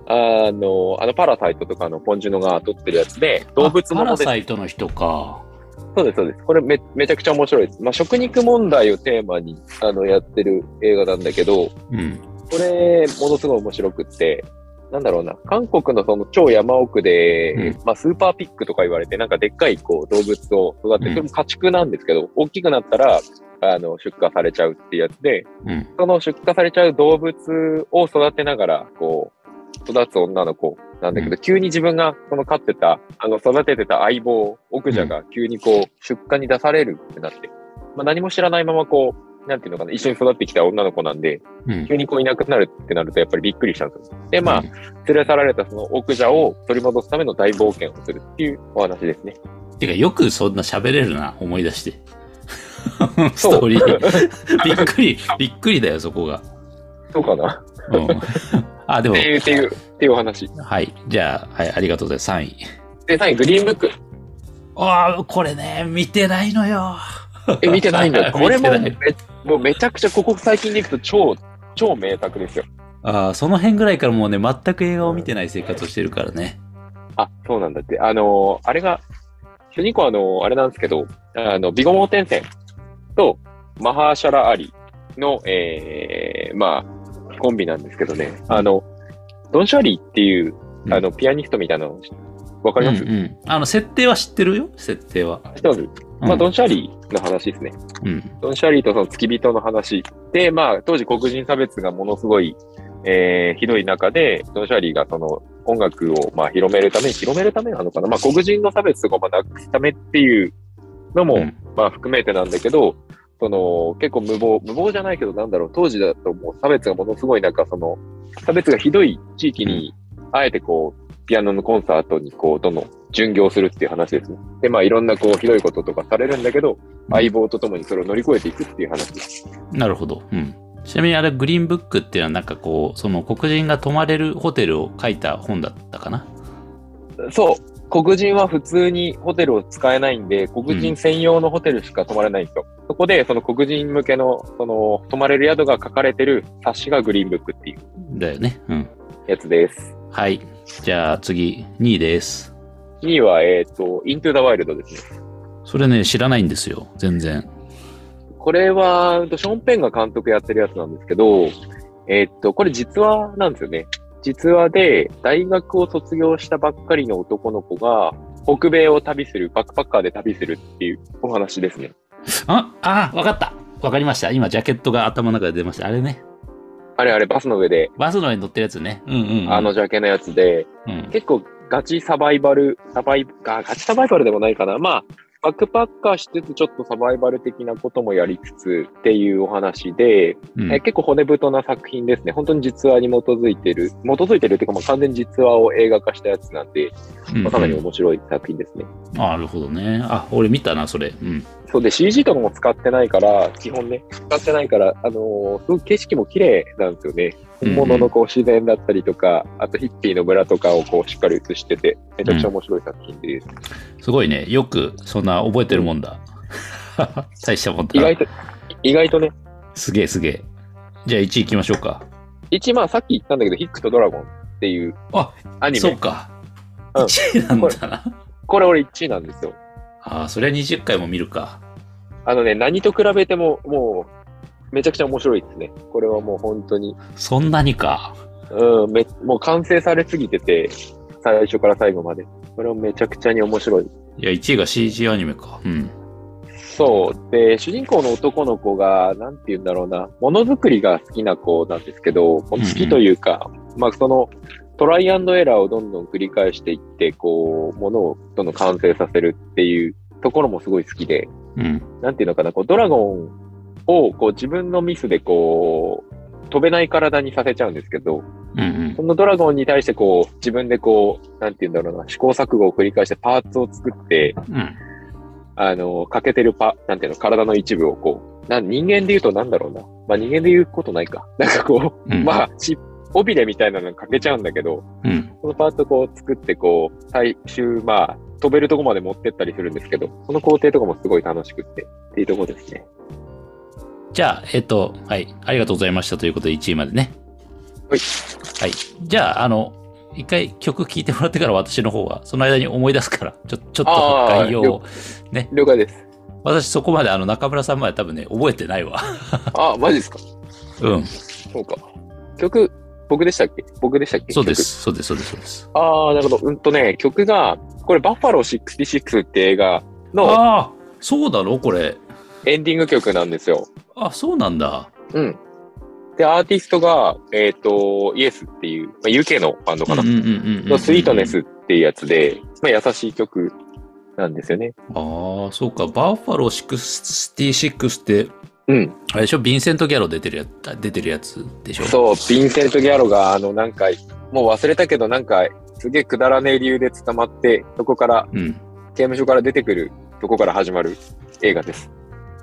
Speaker 2: あの、あの、パラサイトとかのポンジュノが撮ってるやつで、動物
Speaker 1: あ
Speaker 2: も
Speaker 1: パ
Speaker 2: の
Speaker 1: ラ
Speaker 2: です。
Speaker 1: サイトの人か。
Speaker 2: そうです、そうです。これめ、めちゃくちゃ面白いです。まあ、食肉問題をテーマに、あの、やってる映画なんだけど、
Speaker 1: うん。
Speaker 2: これ、ものすごい面白くって、なんだろうな、韓国のその超山奥で、
Speaker 1: うん
Speaker 2: まあ、スーパーピックとか言われて、なんかでっかいこう動物を育て
Speaker 1: う
Speaker 2: て、
Speaker 1: ん
Speaker 2: それも家畜なんですけど、大きくなったら、あの、出荷されちゃうっていうやつで、
Speaker 1: うん。
Speaker 2: その出荷されちゃう動物を育てながら、こう、育つ女の子なんだけど、
Speaker 1: う
Speaker 2: 急に自分が、その飼ってた、あの、育ててた相棒、奥者が急にこう、出荷に出されるってなって、まあ、何も知らないままこう、なんていうのかな、一緒に育ってきた女の子なんで、
Speaker 1: うん。
Speaker 2: 急にこういなくなるってなると、やっぱりびっくりしたんですよ。で、まあ
Speaker 1: うん、、
Speaker 2: 連れ去られたその奥者を取り戻すための大冒険をするっていうお話ですね。
Speaker 1: てか、よくそんな喋れるな、思い出 して。ストーリー。 びっくり、びっくりだよ、そこが。
Speaker 2: そうかな
Speaker 1: うん。あ、でも
Speaker 2: って、いう、っていう、っていうお話。
Speaker 1: はい。じゃあ、はい、ありがとうございます。3位。
Speaker 2: で、3位、グリーンブッ ク。
Speaker 1: ああ、これね、見てないのよ。
Speaker 2: え、見てないんだよ。これも
Speaker 1: 見てな
Speaker 2: め
Speaker 1: い、
Speaker 2: もうめちゃくちゃ、ここ最近でいくと超、超名作ですよ。
Speaker 1: ああ、その辺ぐらいからもうね、全く映画を見てない生活をしてるからね。
Speaker 2: あ、そうなんだって。あのーあれが、主人公はあのーあれなんですけど、あの、ビゴモーテンセンとマハーシャラ・アリの、えー、まあ、コンビなんですけどね、あの、ドン・シャーリーっていう、あの、ピアニストみたいなの、わかります、
Speaker 1: うんうん。あの、設定は知ってるよ、設定は。
Speaker 2: 知ってます
Speaker 1: うん
Speaker 2: まあ、ドン・シャーリーの話ですね。
Speaker 1: うん。
Speaker 2: ドン・シャーリーとその付き人の話で、まあ、当時黒人差別がものすごい、えーひどい中で、ドン・シャーリーがその音楽をまあ広めるために、広めるためなのかな、まあ、黒人の差別とかをまあなくすためっていうのも、
Speaker 1: うん
Speaker 2: まあ、含めてなんだけど、その結構無謀、無謀じゃないけど、なんだろう、当時だともう差別がものすごい中、その差別がひどい地域に、あえてこう、ピアノのコンサートにこう、どんどん巡業するっていう話ですね。で、まあいろんなこう、ひどいこととかされるんだけど、相棒と共にそれを乗り越えていくっていう話です。
Speaker 1: なるほど。うん。ちなみにあれ、グリーンブックっていうのはなんかこう、その黒人が泊まれるホテルを書いた本だったかな。
Speaker 2: そう。黒人は普通にホテルを使えないんで、黒人専用のホテルしか泊まれないんですよ。そこで、その黒人向けの、その、泊まれる宿が書かれてる冊子がグリーンブックっていう
Speaker 1: だよね。うん。
Speaker 2: やつです。
Speaker 1: はい。じゃあ次、2位です。
Speaker 2: 2位は、えっ、と、イントゥ・ザ・ワイルドですね。
Speaker 1: それね、知らないんですよ。全然。
Speaker 2: これは、うんとショーン・ペンが監督やってるやつなんですけど、えっ、と、これ実話なんですよね。実話で、大学を卒業したばっかりの男の子が、北米を旅する、バックパッカーで旅するっていうお話ですね。
Speaker 1: あ、あ、わかった。わかりました。今、ジャケットが頭の中で出ました。あれね。
Speaker 2: あれあれ、バスの上で、
Speaker 1: バスの上に乗ってるやつね。うんうん、うん。
Speaker 2: あのジャケのやつで、
Speaker 1: うん、
Speaker 2: 結構ガチサバイバル、サバイ、あガチサバイバルでもないかな。まあ、バックパッカーしつつ、ちょっとサバイバル的なこともやりつつっていうお話で、
Speaker 1: うん
Speaker 2: えー結構骨太な作品ですね。本当に実話に基づいてる。基づいてるっていうか、まあ、完全に実話を映画化したやつなんで、まあかなり
Speaker 1: うんうん
Speaker 2: 面白い作品ですね。
Speaker 1: あなるほどね。あ、俺見たな、それ。うん。
Speaker 2: そうで、CG とかも使ってないから、基本ね、使ってないから、あのーすごく景色も綺麗なんですよね。
Speaker 1: うんうん
Speaker 2: 本物のこう自然だったりとか、あとヒッピーの村とかをこうしっかり映してて、めちゃくちゃ面白い作品です。
Speaker 1: すごいね。よく、そんな覚えてるもんだ。 大したもんだ
Speaker 2: 意
Speaker 1: な。
Speaker 2: 外と、意外とね、
Speaker 1: すげえすげえ。じゃあ1位行きましょうか。
Speaker 2: 一まあさっき言ったんだけど、ヒックとドラゴンっていう
Speaker 1: あ
Speaker 2: アニ
Speaker 1: そう
Speaker 2: メ。
Speaker 1: か。
Speaker 2: うん
Speaker 1: 1位なんだな。
Speaker 2: これ俺1位なんですよ。
Speaker 1: ああ、それは20回も見るか。
Speaker 2: あのね、何と比べても、もう、めちゃくちゃ面白いですね。これはもう本当に、
Speaker 1: そんなにか。
Speaker 2: うん、めもう完成されすぎてて、最初から最後まで。これはめちゃくちゃに面白い。
Speaker 1: いや、1位が CG アニメか。うん。
Speaker 2: そう。で、主人公の男の子が、なんて言うんだろうな、ものづくりが好きな子なんですけど、好きというか、まあその、トライアンドエラーをどんどん繰り返していって、こう、ものをどんどん完成させるっていうところもすごい好きで、
Speaker 1: うん。
Speaker 2: なんていうのかな、こう、ドラゴンを、こう、自分のミスで、こう、飛べない体にさせちゃうんですけど、
Speaker 1: うんうん
Speaker 2: そ。のドラゴンに対して、こう、自分でこう、なんていうんだろうな、試行錯誤を繰り返してパーツを作って、
Speaker 1: うん。
Speaker 2: あの、欠けてるパ、なんていうの、体の一部をこう、なん人間で言うとなんだろうな、まあ逃げで言うことないか。 なんかこう、
Speaker 1: うん
Speaker 2: まあ、し尾びれみたいなのかけちゃうんだけど、
Speaker 1: うん。
Speaker 2: そのパートこう作ってこう、最終、まあ、飛べるとこまで持ってったりするんですけど、その工程とかもすごい楽しくって、っていうとこですね。
Speaker 1: じゃあ、えっと、はい。ありがとうございましたということで1位までね。
Speaker 2: はい。
Speaker 1: はい。じゃあ、あの、一回曲聴いてもらってから私の方は、その間に思い出すから、ちょちょっと
Speaker 2: あー
Speaker 1: 概要を
Speaker 2: よ。了 解です。
Speaker 1: 私そこまで、あの、中村さんまで多分ね、覚えてないわ。
Speaker 2: あ、マジですか
Speaker 1: うん。
Speaker 2: そうか。曲、僕でしたっけ僕でしたっけ
Speaker 1: そうで。す。そうです。そうです。そうです。
Speaker 2: 曲ああ、なるほど。うんとね、曲が、これ、バッファロー66って映画の
Speaker 1: ああ、そうなのこれ。
Speaker 2: エンディング曲なんですよ。
Speaker 1: あ、そうなんだ。
Speaker 2: うん。で、アーティストが、えっ、と、イエスっていう、まあ、UK のバンドかな、
Speaker 1: うんうんうんうんうん
Speaker 2: のスイートネスっていうやつで、まあ、優しい曲なんですよね。
Speaker 1: ああ、そうか。バッファロー66って、
Speaker 2: うん。
Speaker 1: あれでしょヴィンセント・ギャロ出てるやつ、出てるやつでしょ
Speaker 2: そう、ヴィンセント・ギャロが、あの、なんか、もう忘れたけど、なんか、すげえくだらねえ理由で捕まって、そこから、
Speaker 1: う。うん。
Speaker 2: 刑務所から出てくる、とこから始まる映画です。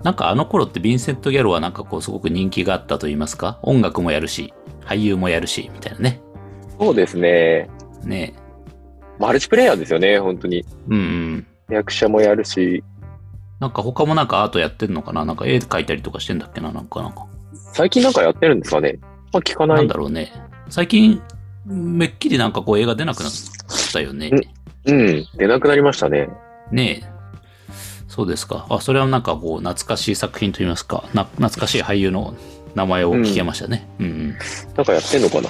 Speaker 1: なんかあの頃ってヴィンセント・ギャロはなんかこうすごく人気があったと言いますか音楽もやるし、俳優もやるし、みたいなね。
Speaker 2: そうですね。
Speaker 1: ねえ
Speaker 2: マルチプレイヤーですよね、本当に。
Speaker 1: うんうん。
Speaker 2: 役者もやるし、
Speaker 1: なんか他もなんかアートやってんのかななんか絵描いたりとかしてんだっけななんかなんか。
Speaker 2: 最近なんかやってるんですかね。まあ、聞かな
Speaker 1: なん
Speaker 2: い。
Speaker 1: だろうね。最近、めっきりなんかこう映画出なくなったよね。
Speaker 2: んうん、出なくなりましたね。
Speaker 1: ねえ。そうですか。あ、それはなんかこう懐かしい作品といいますか、な懐かしい俳優の名前を聞けましたね。うん、うん。
Speaker 2: なんかやってんのかな。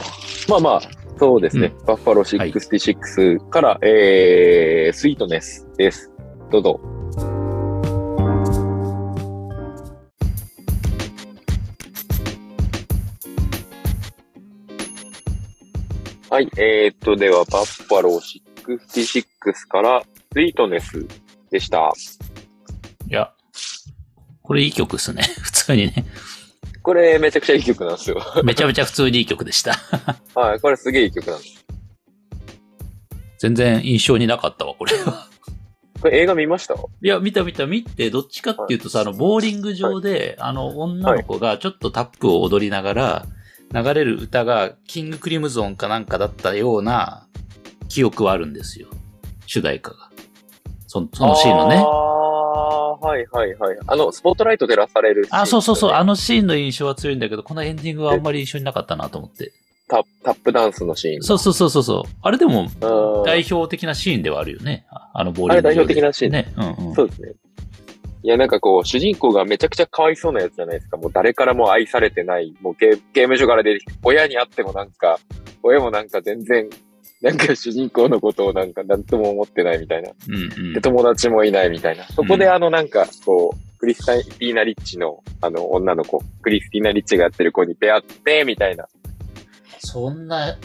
Speaker 2: まあまあ、そうですね。バッファロー66から、えー、スイートネスです。どうぞ。はい、えー、っと、では、バッファロー66から、スイートネスでした。
Speaker 1: いや、これいい曲っすね。 普通にね。
Speaker 2: これ、めちゃくちゃいい曲なんですよ。
Speaker 1: めちゃめちゃ普通にいい曲でした。
Speaker 2: はい、これすげえいい曲なんです。
Speaker 1: 全然印象になかったわ、これは。
Speaker 2: これ映画見まし た
Speaker 1: いや、見た見た、見て、どっちかっていうとさ、あの、ボーリング場で、あの、女の子がちょっとタップを踊りながら、流れる歌が、キングクリムゾンかなんかだったような記憶はあるんですよ。主題歌が。そそのシーンのね
Speaker 2: あ。あー、はいはいはい。あの、スポットライト照らされるシーンですよ
Speaker 1: あ、そ
Speaker 2: ね、
Speaker 1: うそうそう。あのシーンの印象は強いんだけど、このエンディングはあんまり印象になかったなと思って。
Speaker 2: タ。タップダンスのシーン。
Speaker 1: そうそうそうそうそう。あれでも、
Speaker 2: うん
Speaker 1: 代表的なシーンではあるよね。ああの、ボーリング場で。
Speaker 2: あれ代表的なシーン
Speaker 1: ね。うんうん。
Speaker 2: そうですね。いや、なんかこう、主人公がめちゃくちゃかわいそうなやつじゃないですか。もう誰からも愛されてない。もうゲゲーム所から出てきて、親に会ってもなんか、親もなんか全然、なんか主人公のことをなんか何とも思ってないみたいな。
Speaker 1: うんう
Speaker 2: で、
Speaker 1: ん。
Speaker 2: 友達もいないみたいな。そこ
Speaker 1: う
Speaker 2: で
Speaker 1: ん
Speaker 2: あのなんか、こう、クリスティーナ・リッチの、あの、女の子、クリスティーナ・リッチがやってる子に出会って、みたいな。
Speaker 1: そんな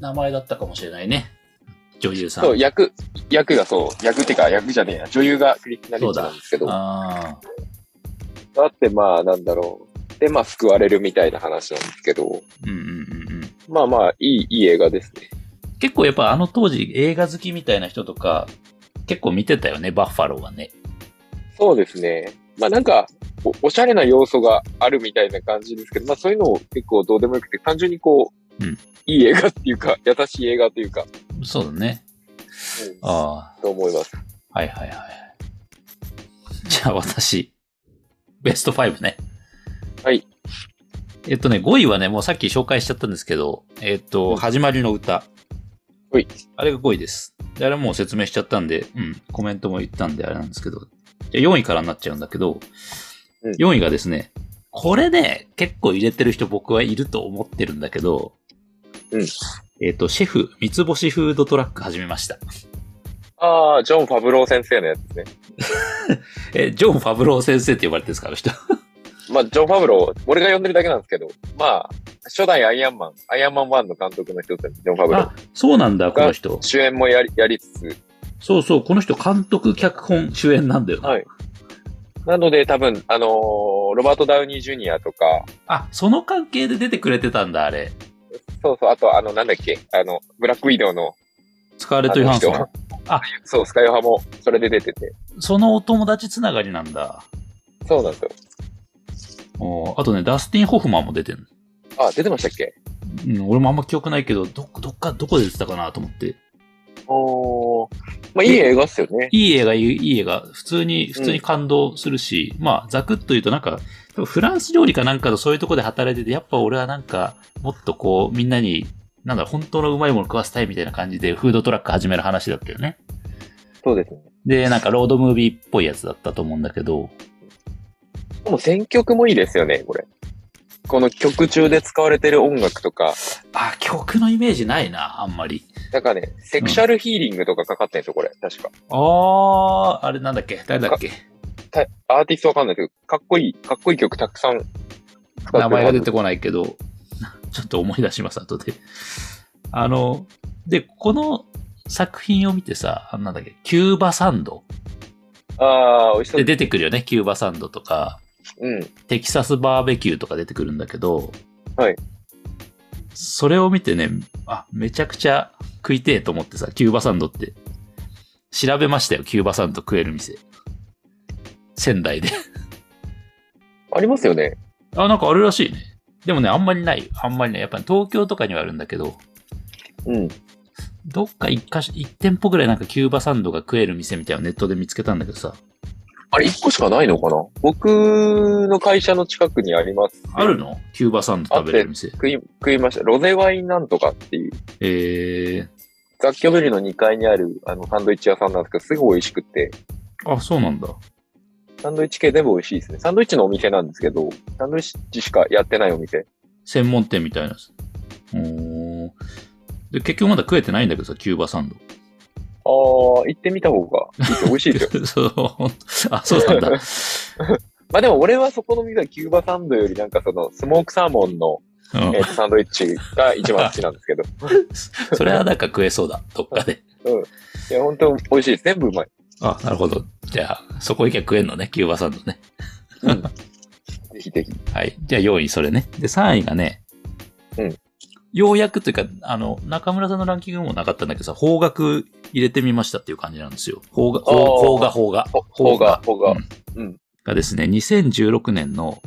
Speaker 1: 名前だったかもしれないね。女優さん。
Speaker 2: そう、役、役がそう、役ってか、役じゃねえや、女優がクリスティナ・リッチなんですけど、あ
Speaker 1: ああ、
Speaker 2: ってまあ、なんだろう。で、まあ、救われるみたいな話なんですけど、
Speaker 1: うんうんうんうん。
Speaker 2: まあまあ、いい、いい映画ですね。
Speaker 1: 結構やっぱあの当時映画好きみたいな人とか、結構見てたよね、バッファローはね。
Speaker 2: そうですね。まあなんかお、おしゃれな要素があるみたいな感じですけど、まあそういうのを結構どうでもよくて、単純にこう、
Speaker 1: うん
Speaker 2: いい映画っていうか、 優しい映画というか、
Speaker 1: そうだね。
Speaker 2: うん
Speaker 1: あ
Speaker 2: と思います。
Speaker 1: あ、はいはいはい。じゃあ私、ベスト5ね。
Speaker 2: はい。
Speaker 1: えっとね、5位はね、もうさっき紹介しちゃったんですけど、えっと、
Speaker 2: うん
Speaker 1: 始まりの歌。
Speaker 2: はい。
Speaker 1: あれが5位です。で、あれもう説明しちゃったんで、うん、コメントも言ったんであれなんですけど、じゃあ4位からになっちゃうんだけど、
Speaker 2: うん
Speaker 1: 4位がですね、これね、結構入れてる人僕はいると思ってるんだけど、
Speaker 2: うん
Speaker 1: えっと、シェフ、三つ星フードトラック始めました。
Speaker 2: ああ、ジョン・ファブロー先生のやつですね。
Speaker 1: え、ジョン・ファブロー先生って呼ばれてるんですか、あの人。
Speaker 2: まあ、ジョン・ファブロー、俺が呼んでるだけなんですけど、まあ、初代アイアンマン、アイアンマン1の監督の一つです、ジョン・ファブロー
Speaker 1: あ。、そうなんだ、この人。
Speaker 2: 主演もやりやりつつ、
Speaker 1: そうそう、この人、監督、脚本、主演なんだよ。
Speaker 2: はい。なので多分、あのーロバート・ダウニー・ジュニアとか、
Speaker 1: あ、その関係で出てくれてたんだ、あれ。
Speaker 2: そうそう、あと、あの、なんだっけ、あの、ブラック・ウィドウの、
Speaker 1: スカー
Speaker 2: あ
Speaker 1: レット・ヨ
Speaker 2: の
Speaker 1: ハンソ
Speaker 2: 人
Speaker 1: ン。
Speaker 2: そう、スカヨハも、それで出てて。
Speaker 1: そのお友達つながりなんだ。
Speaker 2: そうなんですよ。
Speaker 1: おーあとね、ダスティン・ホフマンも出てる、
Speaker 2: あ、出てましたっけ
Speaker 1: うん。俺もあんま記憶ないけど、ど、どっか、どこで出てたかなと思って。
Speaker 2: おーまあ、いい映画っすよね。
Speaker 1: いい映画、いいいい映画。普通に、普通に感動するし、まあ、ざくっと言うとなんか、多分フランス料理かなんかのそういうとこで働いてて、やっぱ俺はなんか、もっとこう、みんなに、なんだろう、本当のうまいもの食わせたいみたいな感じで、フードトラック始める話だったよね。
Speaker 2: そうですね。
Speaker 1: で、なんか、ロードムービーっぽいやつだったと思うんだけど、
Speaker 2: でも選曲もいいですよね、これ。この曲中で使われてる音楽とか、
Speaker 1: あ、曲のイメージないな、あんまり。
Speaker 2: なんかね、セクシャルヒーリングとかかかってんですよ、これ。確か。
Speaker 1: あー、あれなんだっけ誰だっけ
Speaker 2: たアーティストわかんないけど、かっこいい、かっこいい曲たくさん使って
Speaker 1: 名前が出て
Speaker 2: こ
Speaker 1: こないけど、 ちょっと思い出します、後で。あの、で、この作品を見てさ、あなんだっけ、キューバサンド。
Speaker 2: ああ、美味しそ
Speaker 1: で、
Speaker 2: う。
Speaker 1: 出てくるよね、キューバサンドとか、
Speaker 2: うん。
Speaker 1: テキサスバーベキューとか出てくるんだけど、
Speaker 2: はい。
Speaker 1: それを見てね、あ、めちゃくちゃ食いてえと思ってさ、キューバサンドって。調べましたよ、キューバサンド食える店。仙台で。
Speaker 2: ありますよね。
Speaker 1: あ、なんかあるらしいね。でもね、あんまりないよ。あんまりね、やっぱり東京とかにはあるんだけど、
Speaker 2: うん。
Speaker 1: どっか一箇所、一店舗ぐらいなんかキューバサンドが食える店みたいなのネットで見つけたんだけどさ。
Speaker 2: あれ、一個しかないのかな僕の会社の近くにあります。
Speaker 1: あるのキューバサンド食べれる店。
Speaker 2: 食い、食いました。ロゼワインなんとかっていう、
Speaker 1: え
Speaker 2: 雑居ビルの2階にある、あの、サンドイッチ屋さんなんですけど、すごい美味しくて、
Speaker 1: ー、あ、そうなんだ。
Speaker 2: サンドイッチ系全部美味しいですね。サンドイッチのお店なんですけど、サンドイッチしかやってないお店。
Speaker 1: 専門店みたいなやつ。おーで、結局まだ食えてないんだけどさ、キューバサン
Speaker 2: あー、行ってみた方がいいですよ美味しいですよ。
Speaker 1: ド。 そう、ほんとあ、そうなんだ。
Speaker 2: まあでも俺はそこの店はキューバサンドよりなんかその、スモークサーモンの、
Speaker 1: うん
Speaker 2: えーとサンドイッチが一番好きなんですけど。
Speaker 1: それはなんか食えそうだ、どっかで。
Speaker 2: いや、本当美味しいです。全部うまい。
Speaker 1: あ、なるほど。じゃあ、そこ行きゃ食えんのね、キューバサンドね。
Speaker 2: ぜひぜひ。
Speaker 1: はい。じゃあ4位それね。で、3位がね、
Speaker 2: うん
Speaker 1: ようやくというか、あの、中村さんのランキングもなかったんだけどさ、方角入れてみましたっていう感じなんですよ。方角、方角、方角。
Speaker 2: ほ、ほうが、ほうが。
Speaker 1: がですね、2016年の、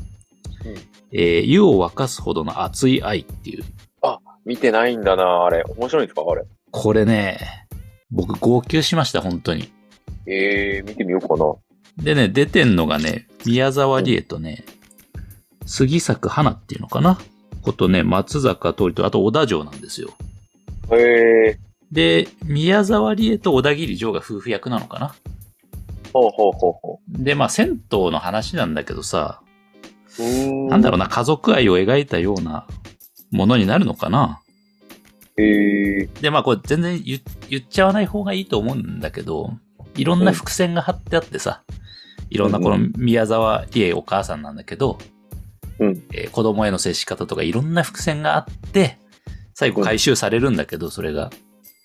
Speaker 2: うん
Speaker 1: えー湯を沸かすほどの熱い愛っていう。
Speaker 2: 見てないんだな、あれ。面白いんですかあれ。
Speaker 1: これね、僕号泣しました、本当に。
Speaker 2: ええー、見てみようかな。
Speaker 1: でね、出てんのがね、宮沢りえとね、杉作花っていうのかなことね、松坂桃李と、あと小田城なんですよ。
Speaker 2: へえ。
Speaker 1: で、宮沢りえと小田切城が夫婦役なのかな
Speaker 2: ほうほうほうほ
Speaker 1: で、まあ、銭湯の話なんだけどさ、
Speaker 2: う。うーん
Speaker 1: なんだろうな、家族愛を描いたようなものになるのかな
Speaker 2: う。へえ。
Speaker 1: で、まあ、これ全然言言っちゃわない方がいいと思うんだけど、いろんな伏線が張ってあってさ、いろんなこの宮沢りえお母さんなんだけど、
Speaker 2: うん
Speaker 1: えー子供への接し方とかいろんな伏線があって、最後回収されるんだけど、それが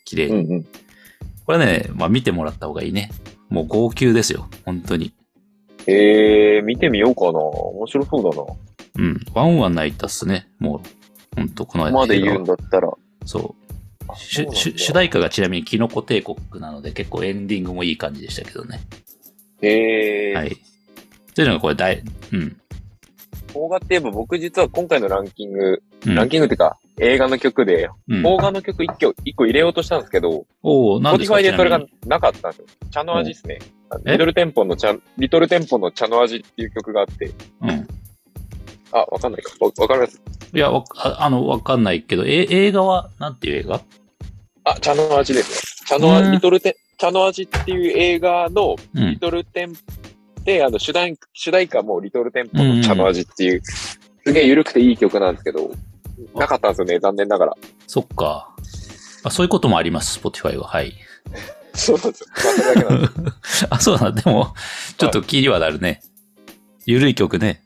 Speaker 1: 綺麗に
Speaker 2: うん。うん。
Speaker 1: これね、まあ見てもらった方がいいね。もう号泣ですよ、本当に。
Speaker 2: ええー、見てみようかな。面白そう
Speaker 1: う
Speaker 2: だ
Speaker 1: ん、ワンワン泣いたっすね、もう。ほんと、この
Speaker 2: な。まで言うん
Speaker 1: 映
Speaker 2: だった
Speaker 1: 画
Speaker 2: ら。
Speaker 1: はそう
Speaker 2: あ
Speaker 1: 主
Speaker 2: そうなんだ
Speaker 1: 主主題歌がちなみにキノコ帝国なので、結構エンディングもいい感じでしたけどね。
Speaker 2: ええー。
Speaker 1: はい。というのがこれ大、うん。
Speaker 2: 邦画って言えば僕実は今回のランキング、
Speaker 1: うん
Speaker 2: ランキングっていうか、映画の曲で、
Speaker 1: うん、
Speaker 2: 邦画の曲一挙、一個入れようとしたんですけど、
Speaker 1: おお、
Speaker 2: ス
Speaker 1: なん
Speaker 2: ポ
Speaker 1: です
Speaker 2: ティフ
Speaker 1: か
Speaker 2: ァイでそれが
Speaker 1: ちなみに
Speaker 2: なかったんですよ。茶の味ですね。あの
Speaker 1: え
Speaker 2: リトルテンポの茶、リトルテンポの茶の味っていう曲があって、
Speaker 1: うん。
Speaker 2: あ、わかんないか。わわかります。
Speaker 1: いや、わああの、わかんないけど、え、映画は、なんていう映画
Speaker 2: あ、茶の味ですね。茶の
Speaker 1: う
Speaker 2: 味、
Speaker 1: ん
Speaker 2: リトルテ、茶の味っていう映画の
Speaker 1: う
Speaker 2: リ
Speaker 1: ん。
Speaker 2: トルテンで、あの、主題、主題歌もリトルテンポの茶の味っていう、すげえ緩くていい曲なんですけど、なかったんですよね、残念ながら。
Speaker 1: そっか。あそういうこともあります、Spotify は。はい。
Speaker 2: そうなんですよ。まあ、それだけなんです
Speaker 1: あ、そうなんだ。でも、ちょっと気にはなるね。ゆるい曲ね。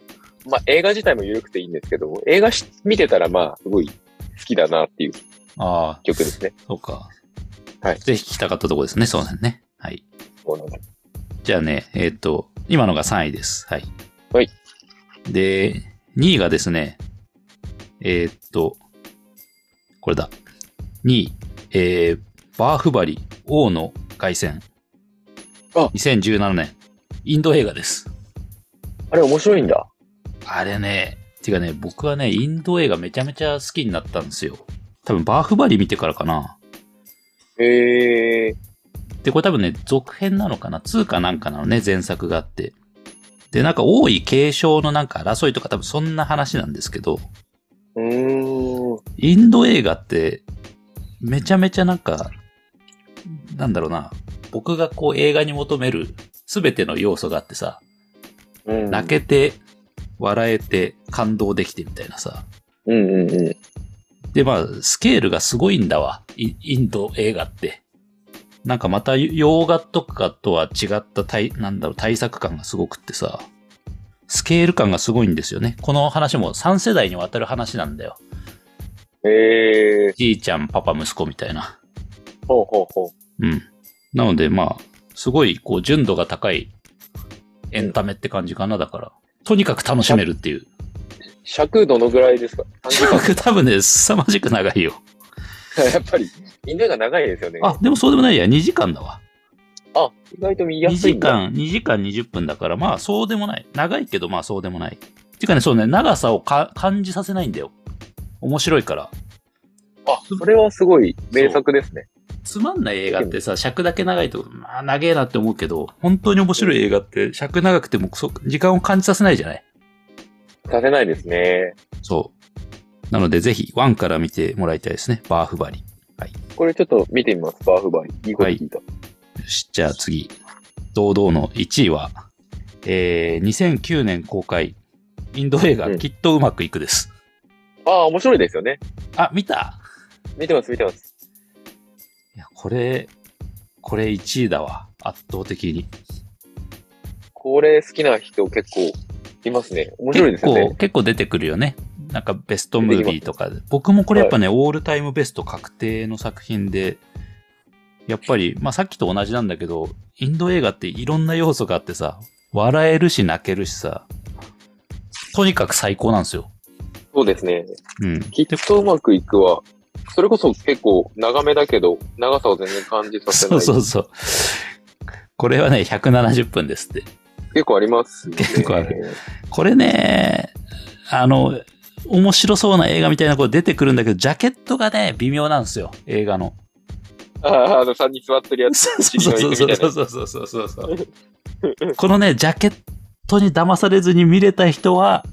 Speaker 2: まあ、映画自体も緩くていいんですけど、映画し見てたら、まあ、すごい好きだなっていう
Speaker 1: ああ、
Speaker 2: 曲ですね。
Speaker 1: そうか。
Speaker 2: はい
Speaker 1: ぜひ聞きたかったとこですね、そうなんね。はい。
Speaker 2: そうなんです
Speaker 1: じゃあね、えっ、と、今のが3位です。はい。
Speaker 2: はい。
Speaker 1: で、2位がですね、えっ、と、これだ。2位、えー、バーフバリ、王の凱旋。
Speaker 2: あ
Speaker 1: 2017年、インド映画です。
Speaker 2: あれ面白いんだ。
Speaker 1: あれね、てかね、僕はね、インド映画めちゃめちゃ好きになったんですよ。多分バーフバリ見てからかな。
Speaker 2: ええ
Speaker 1: で、これ多分ね、続編なのかな ?2 かなんかなのね、前作があって。で、なんか王位継承のなんか争いとか多分そんな話なんですけど、
Speaker 2: うーん。
Speaker 1: インド映画って、めちゃめちゃなんか、なんだろうな、僕がこう映画に求めるすべての要素があってさ、
Speaker 2: うん
Speaker 1: 泣けて、笑えて、感動できてみたいなさ。
Speaker 2: うんうんうん。
Speaker 1: で、まあ、スケールがすごいんだわ。イインド映画って。なんかまた洋画とかとは違った対、なんだろう、対策感がすごくってさ、スケール感がすごいんですよね。この話も3世代にわたる話なんだよ。
Speaker 2: ええ
Speaker 1: じいちゃん、パパ、息子みたいな。
Speaker 2: ほうほうほう。
Speaker 1: うん。なので、まあ、すごい、こう、純度が高いエンタメって感じかな、だから。とにかく楽しめるっていう。
Speaker 2: 尺どのぐらいですか ?30
Speaker 1: 尺 多分ね、凄まじく長いよ。
Speaker 2: 分。やっぱり、インド映画長いですよね。
Speaker 1: あ、でもそうでもないや、2時間だわ。
Speaker 2: あ、意外と見や
Speaker 1: 2
Speaker 2: すい
Speaker 1: 時
Speaker 2: んだ。
Speaker 1: 間、2時間20分だから、まあそうでもない。長いけど、まあそうでもない。っていうかね、そうね、長さをか感じさせないんだよ。面白いから。
Speaker 2: あ、それはすごい名作ですね。
Speaker 1: つまんない映画ってさ、尺だけ長いと、まあ長えなって思うけど、本当に面白い映画って、尺長くてもそ時間を感じさせないじゃない
Speaker 2: させないですね。
Speaker 1: そう。なので、ぜひ、ワンから見てもらいたいですね。バーフバリ。
Speaker 2: これちょっと見てみます、バーフバイ。いいこと聞いた。
Speaker 1: よし、じゃあ次。堂々の1位は、えー、2009年公開、インド映画、
Speaker 2: うん
Speaker 1: きっとうまくいくです。
Speaker 2: ああ、面白いですよね。
Speaker 1: あ、見た
Speaker 2: 見てます、見てます。
Speaker 1: いや、これ、これ1位だわ。圧倒的に。
Speaker 2: これ好きな人結構いますね。面白いですよ
Speaker 1: 結
Speaker 2: ね
Speaker 1: 構、。結構出てくるよね。なんかベストムービーとかで。僕もこれやっぱね、オールタイムベスト確定の作品で、やっぱり、まあさっきと同じなんだけど、インド映画っていろんな要素があってさ、笑えるし泣けるしさ、とにかく最高なんですよ。
Speaker 2: そうですね。
Speaker 1: うん。
Speaker 2: きっとうまくいくは、それこそ結構長めだけど、長さを全然感じさせ
Speaker 1: そ
Speaker 2: な
Speaker 1: う
Speaker 2: い。
Speaker 1: そうそう。これはね、170分ですって。
Speaker 2: 結構あります、ね。
Speaker 1: 結構ある。これね、あの、面白そうな映画みたいなこと出てくるんだけど、ジャケットがね、微妙なんですよ、映画の。
Speaker 2: ああ、あの、3人座ってるやつ。
Speaker 1: そう
Speaker 2: 尻の
Speaker 1: そうそう
Speaker 2: 糸みたいな
Speaker 1: そうそうそうそうそう。このね、ジャケットに騙されずに見れた人は、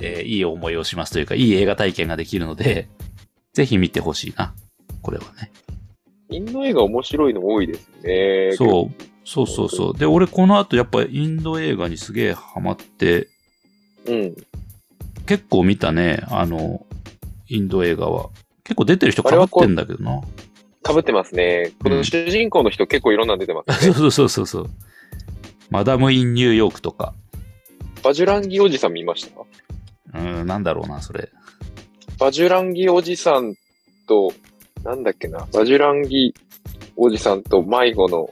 Speaker 1: えーいい思いをしますというか、いい映画体験ができるので、ぜひ見てほしいな、これはね。
Speaker 2: インド映画面白いの多いですね。
Speaker 1: そう、そうそうそう。で、俺この後やっぱインド映画にすげえハマって、
Speaker 2: う。うん。
Speaker 1: 結構見たね、あの、インド映画は。結構出てる人かぶってんだけどな。
Speaker 2: 被ってますね。この主人公の人結構いろんなの出てます。
Speaker 1: そうそうそうそう。マダム・イン・ニューヨークとか。
Speaker 2: バジュランギおじさん見ました
Speaker 1: うーん、なんだろうな、それ。
Speaker 2: バジュランギおじさんと、なんだっけな、バジュランギおじさんと迷子の、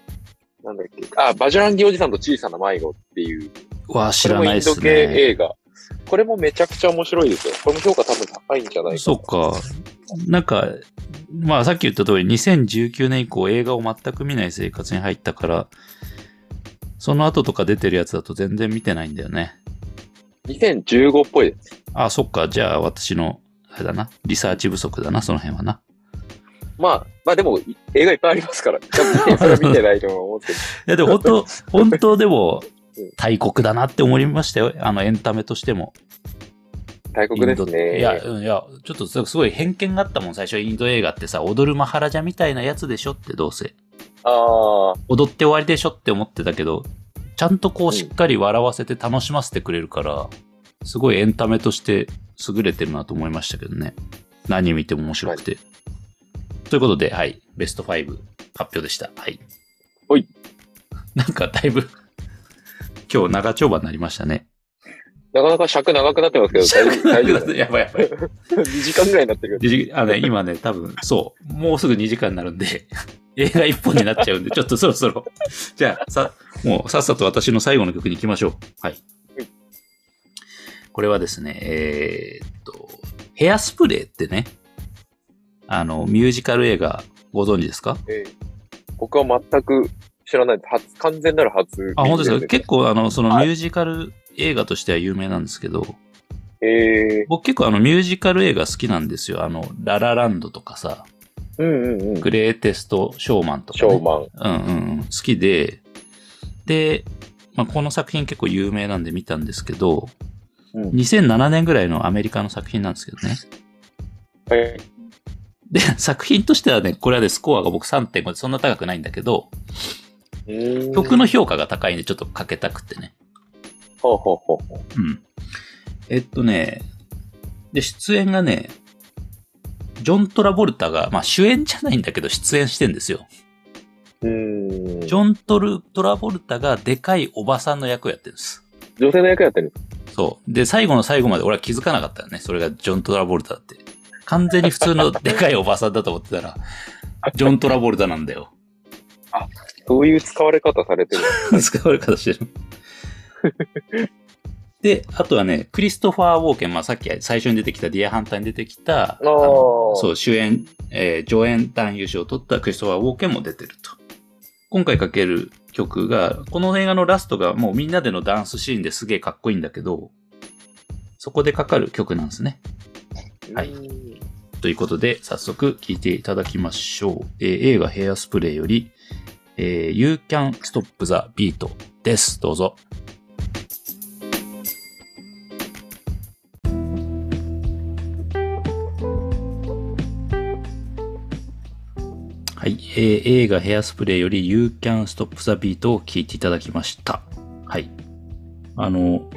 Speaker 2: なんだっけ、あ、バジュランギおじさんと小さな迷子っていう、
Speaker 1: うわ、知
Speaker 2: これ
Speaker 1: ら
Speaker 2: も
Speaker 1: ない
Speaker 2: イ
Speaker 1: っ
Speaker 2: ンド
Speaker 1: す
Speaker 2: 系
Speaker 1: ね。
Speaker 2: 映画。これもめちゃくちゃ面白いですよ。これも評価多分高いんじゃないかな。
Speaker 1: そっか。なんか、まあさっき言った通り、2019年以降映画を全く見ない生活に入ったから、その後とか出てるやつだと全然見てないんだよね。
Speaker 2: 2015っぽいです。
Speaker 1: あ、そっか。じゃあ私の、あれだな。リサーチ不足だな、その辺はな。
Speaker 2: まあ、まあでも、い映画いっぱいあります から。多分それは見てないと思うんです
Speaker 1: いや、でも本 当、本当でも
Speaker 2: うん、
Speaker 1: 大国だなって思いましたよ。あの、エンタメとしても。
Speaker 2: けど。大国です
Speaker 1: インド
Speaker 2: ね。
Speaker 1: いや、うんいや、ちょっとすごい偏見があったもん、最初、インド映画ってさ、踊るマハラジャみたいなやつでしょって、どうせ。
Speaker 2: ああ、
Speaker 1: 踊って終わりでしょって思ってたけど、ちゃんとこ
Speaker 2: う
Speaker 1: うんしっかり笑わせて楽しませてくれるから、すごいエンタメとして優れてるなと思いましたけどね。何見ても面白くて。ということで、はい、ベスト5発表でした。はい。
Speaker 2: ほい。
Speaker 1: なんかだいぶ、今日長丁場になりましたね。
Speaker 2: なかなか尺長くなってますけど、大丈夫大丈夫
Speaker 1: やばいやばい。
Speaker 2: 2時間ぐらいになってるけど。
Speaker 1: であのね、 今ね、多分、そう、もうすぐ2時間になるんで、 映画1本になっちゃうんで、ちょっとそろそろ、じゃあ、さ、もうさっさと私の最後の曲に行きましょう。はい
Speaker 2: はい。
Speaker 1: これはですね、えーっと、ヘアスプレーってね、あの、ミュージカル映画、ご存知ですか
Speaker 2: ええ僕は全く知らないです。初、完全なる初。
Speaker 1: あ、本当ですか
Speaker 2: か
Speaker 1: 結構、あの、そのミュージカル映画としては有名なんですけど、
Speaker 2: ええ
Speaker 1: 僕結構あのミュージカル映画好きなんですよ。あの、ララランドとかさ、
Speaker 2: うんうんうん。
Speaker 1: グレーテスト・ショーマンと
Speaker 2: シ
Speaker 1: か、
Speaker 2: ョー
Speaker 1: ね。
Speaker 2: マン。
Speaker 1: うんうんうん。好きで、で、まあ、この作品結構有名なんで見たんですけど、
Speaker 2: うん
Speaker 1: 2007年ぐらいのアメリカの作品なんですけどね。
Speaker 2: はい。
Speaker 1: で、作品としてはね、これはね、スコアが僕3.5でそんな高くないんだけど、
Speaker 2: うーん
Speaker 1: 曲の評価が高いんでちょっとかけたくてね。
Speaker 2: ほうほうほうほう。
Speaker 1: うん。えっとね、で、出演がね、ジョン・トラボルタが、まあ主演じゃないんだけど出演してんですよ。
Speaker 2: うー
Speaker 1: ジ
Speaker 2: ん。
Speaker 1: ョントル・トラボルタがでかいおばさんの役をやってるんです。
Speaker 2: 女性の役やってる。
Speaker 1: そう。で、最後の最後まで俺は気づかなかったよね。それがジョン・トラボルタだって。完全に普通の でかいおばさんだと思ってたら、ジョン・トラボルタなんだよ。
Speaker 2: そういう使われ方されてる。
Speaker 1: 使われ方してる。 で、あとはね、クリストファー・ウォーケン、まあ、さっき最初に出てきた、ディア・ハンターに出てきた、あ
Speaker 2: あー
Speaker 1: のそう、主演、えー上演男優賞を取ったクリストファー・ウォーケンも出てると。今回かける曲が、この映画のラストがもうみんなでのダンスシーンですげえかっこいいんだけど、そこでかかる曲なんですね。はいう
Speaker 2: ーん
Speaker 1: ということで、早速聴いていただきましょう。えー映画ヘアスプレーより、えー You Can Stop the Beat です。どうぞ。はい、えー映画ヘアスプレーより You Can Stop the Beat を聴いていただきました。はい。あの、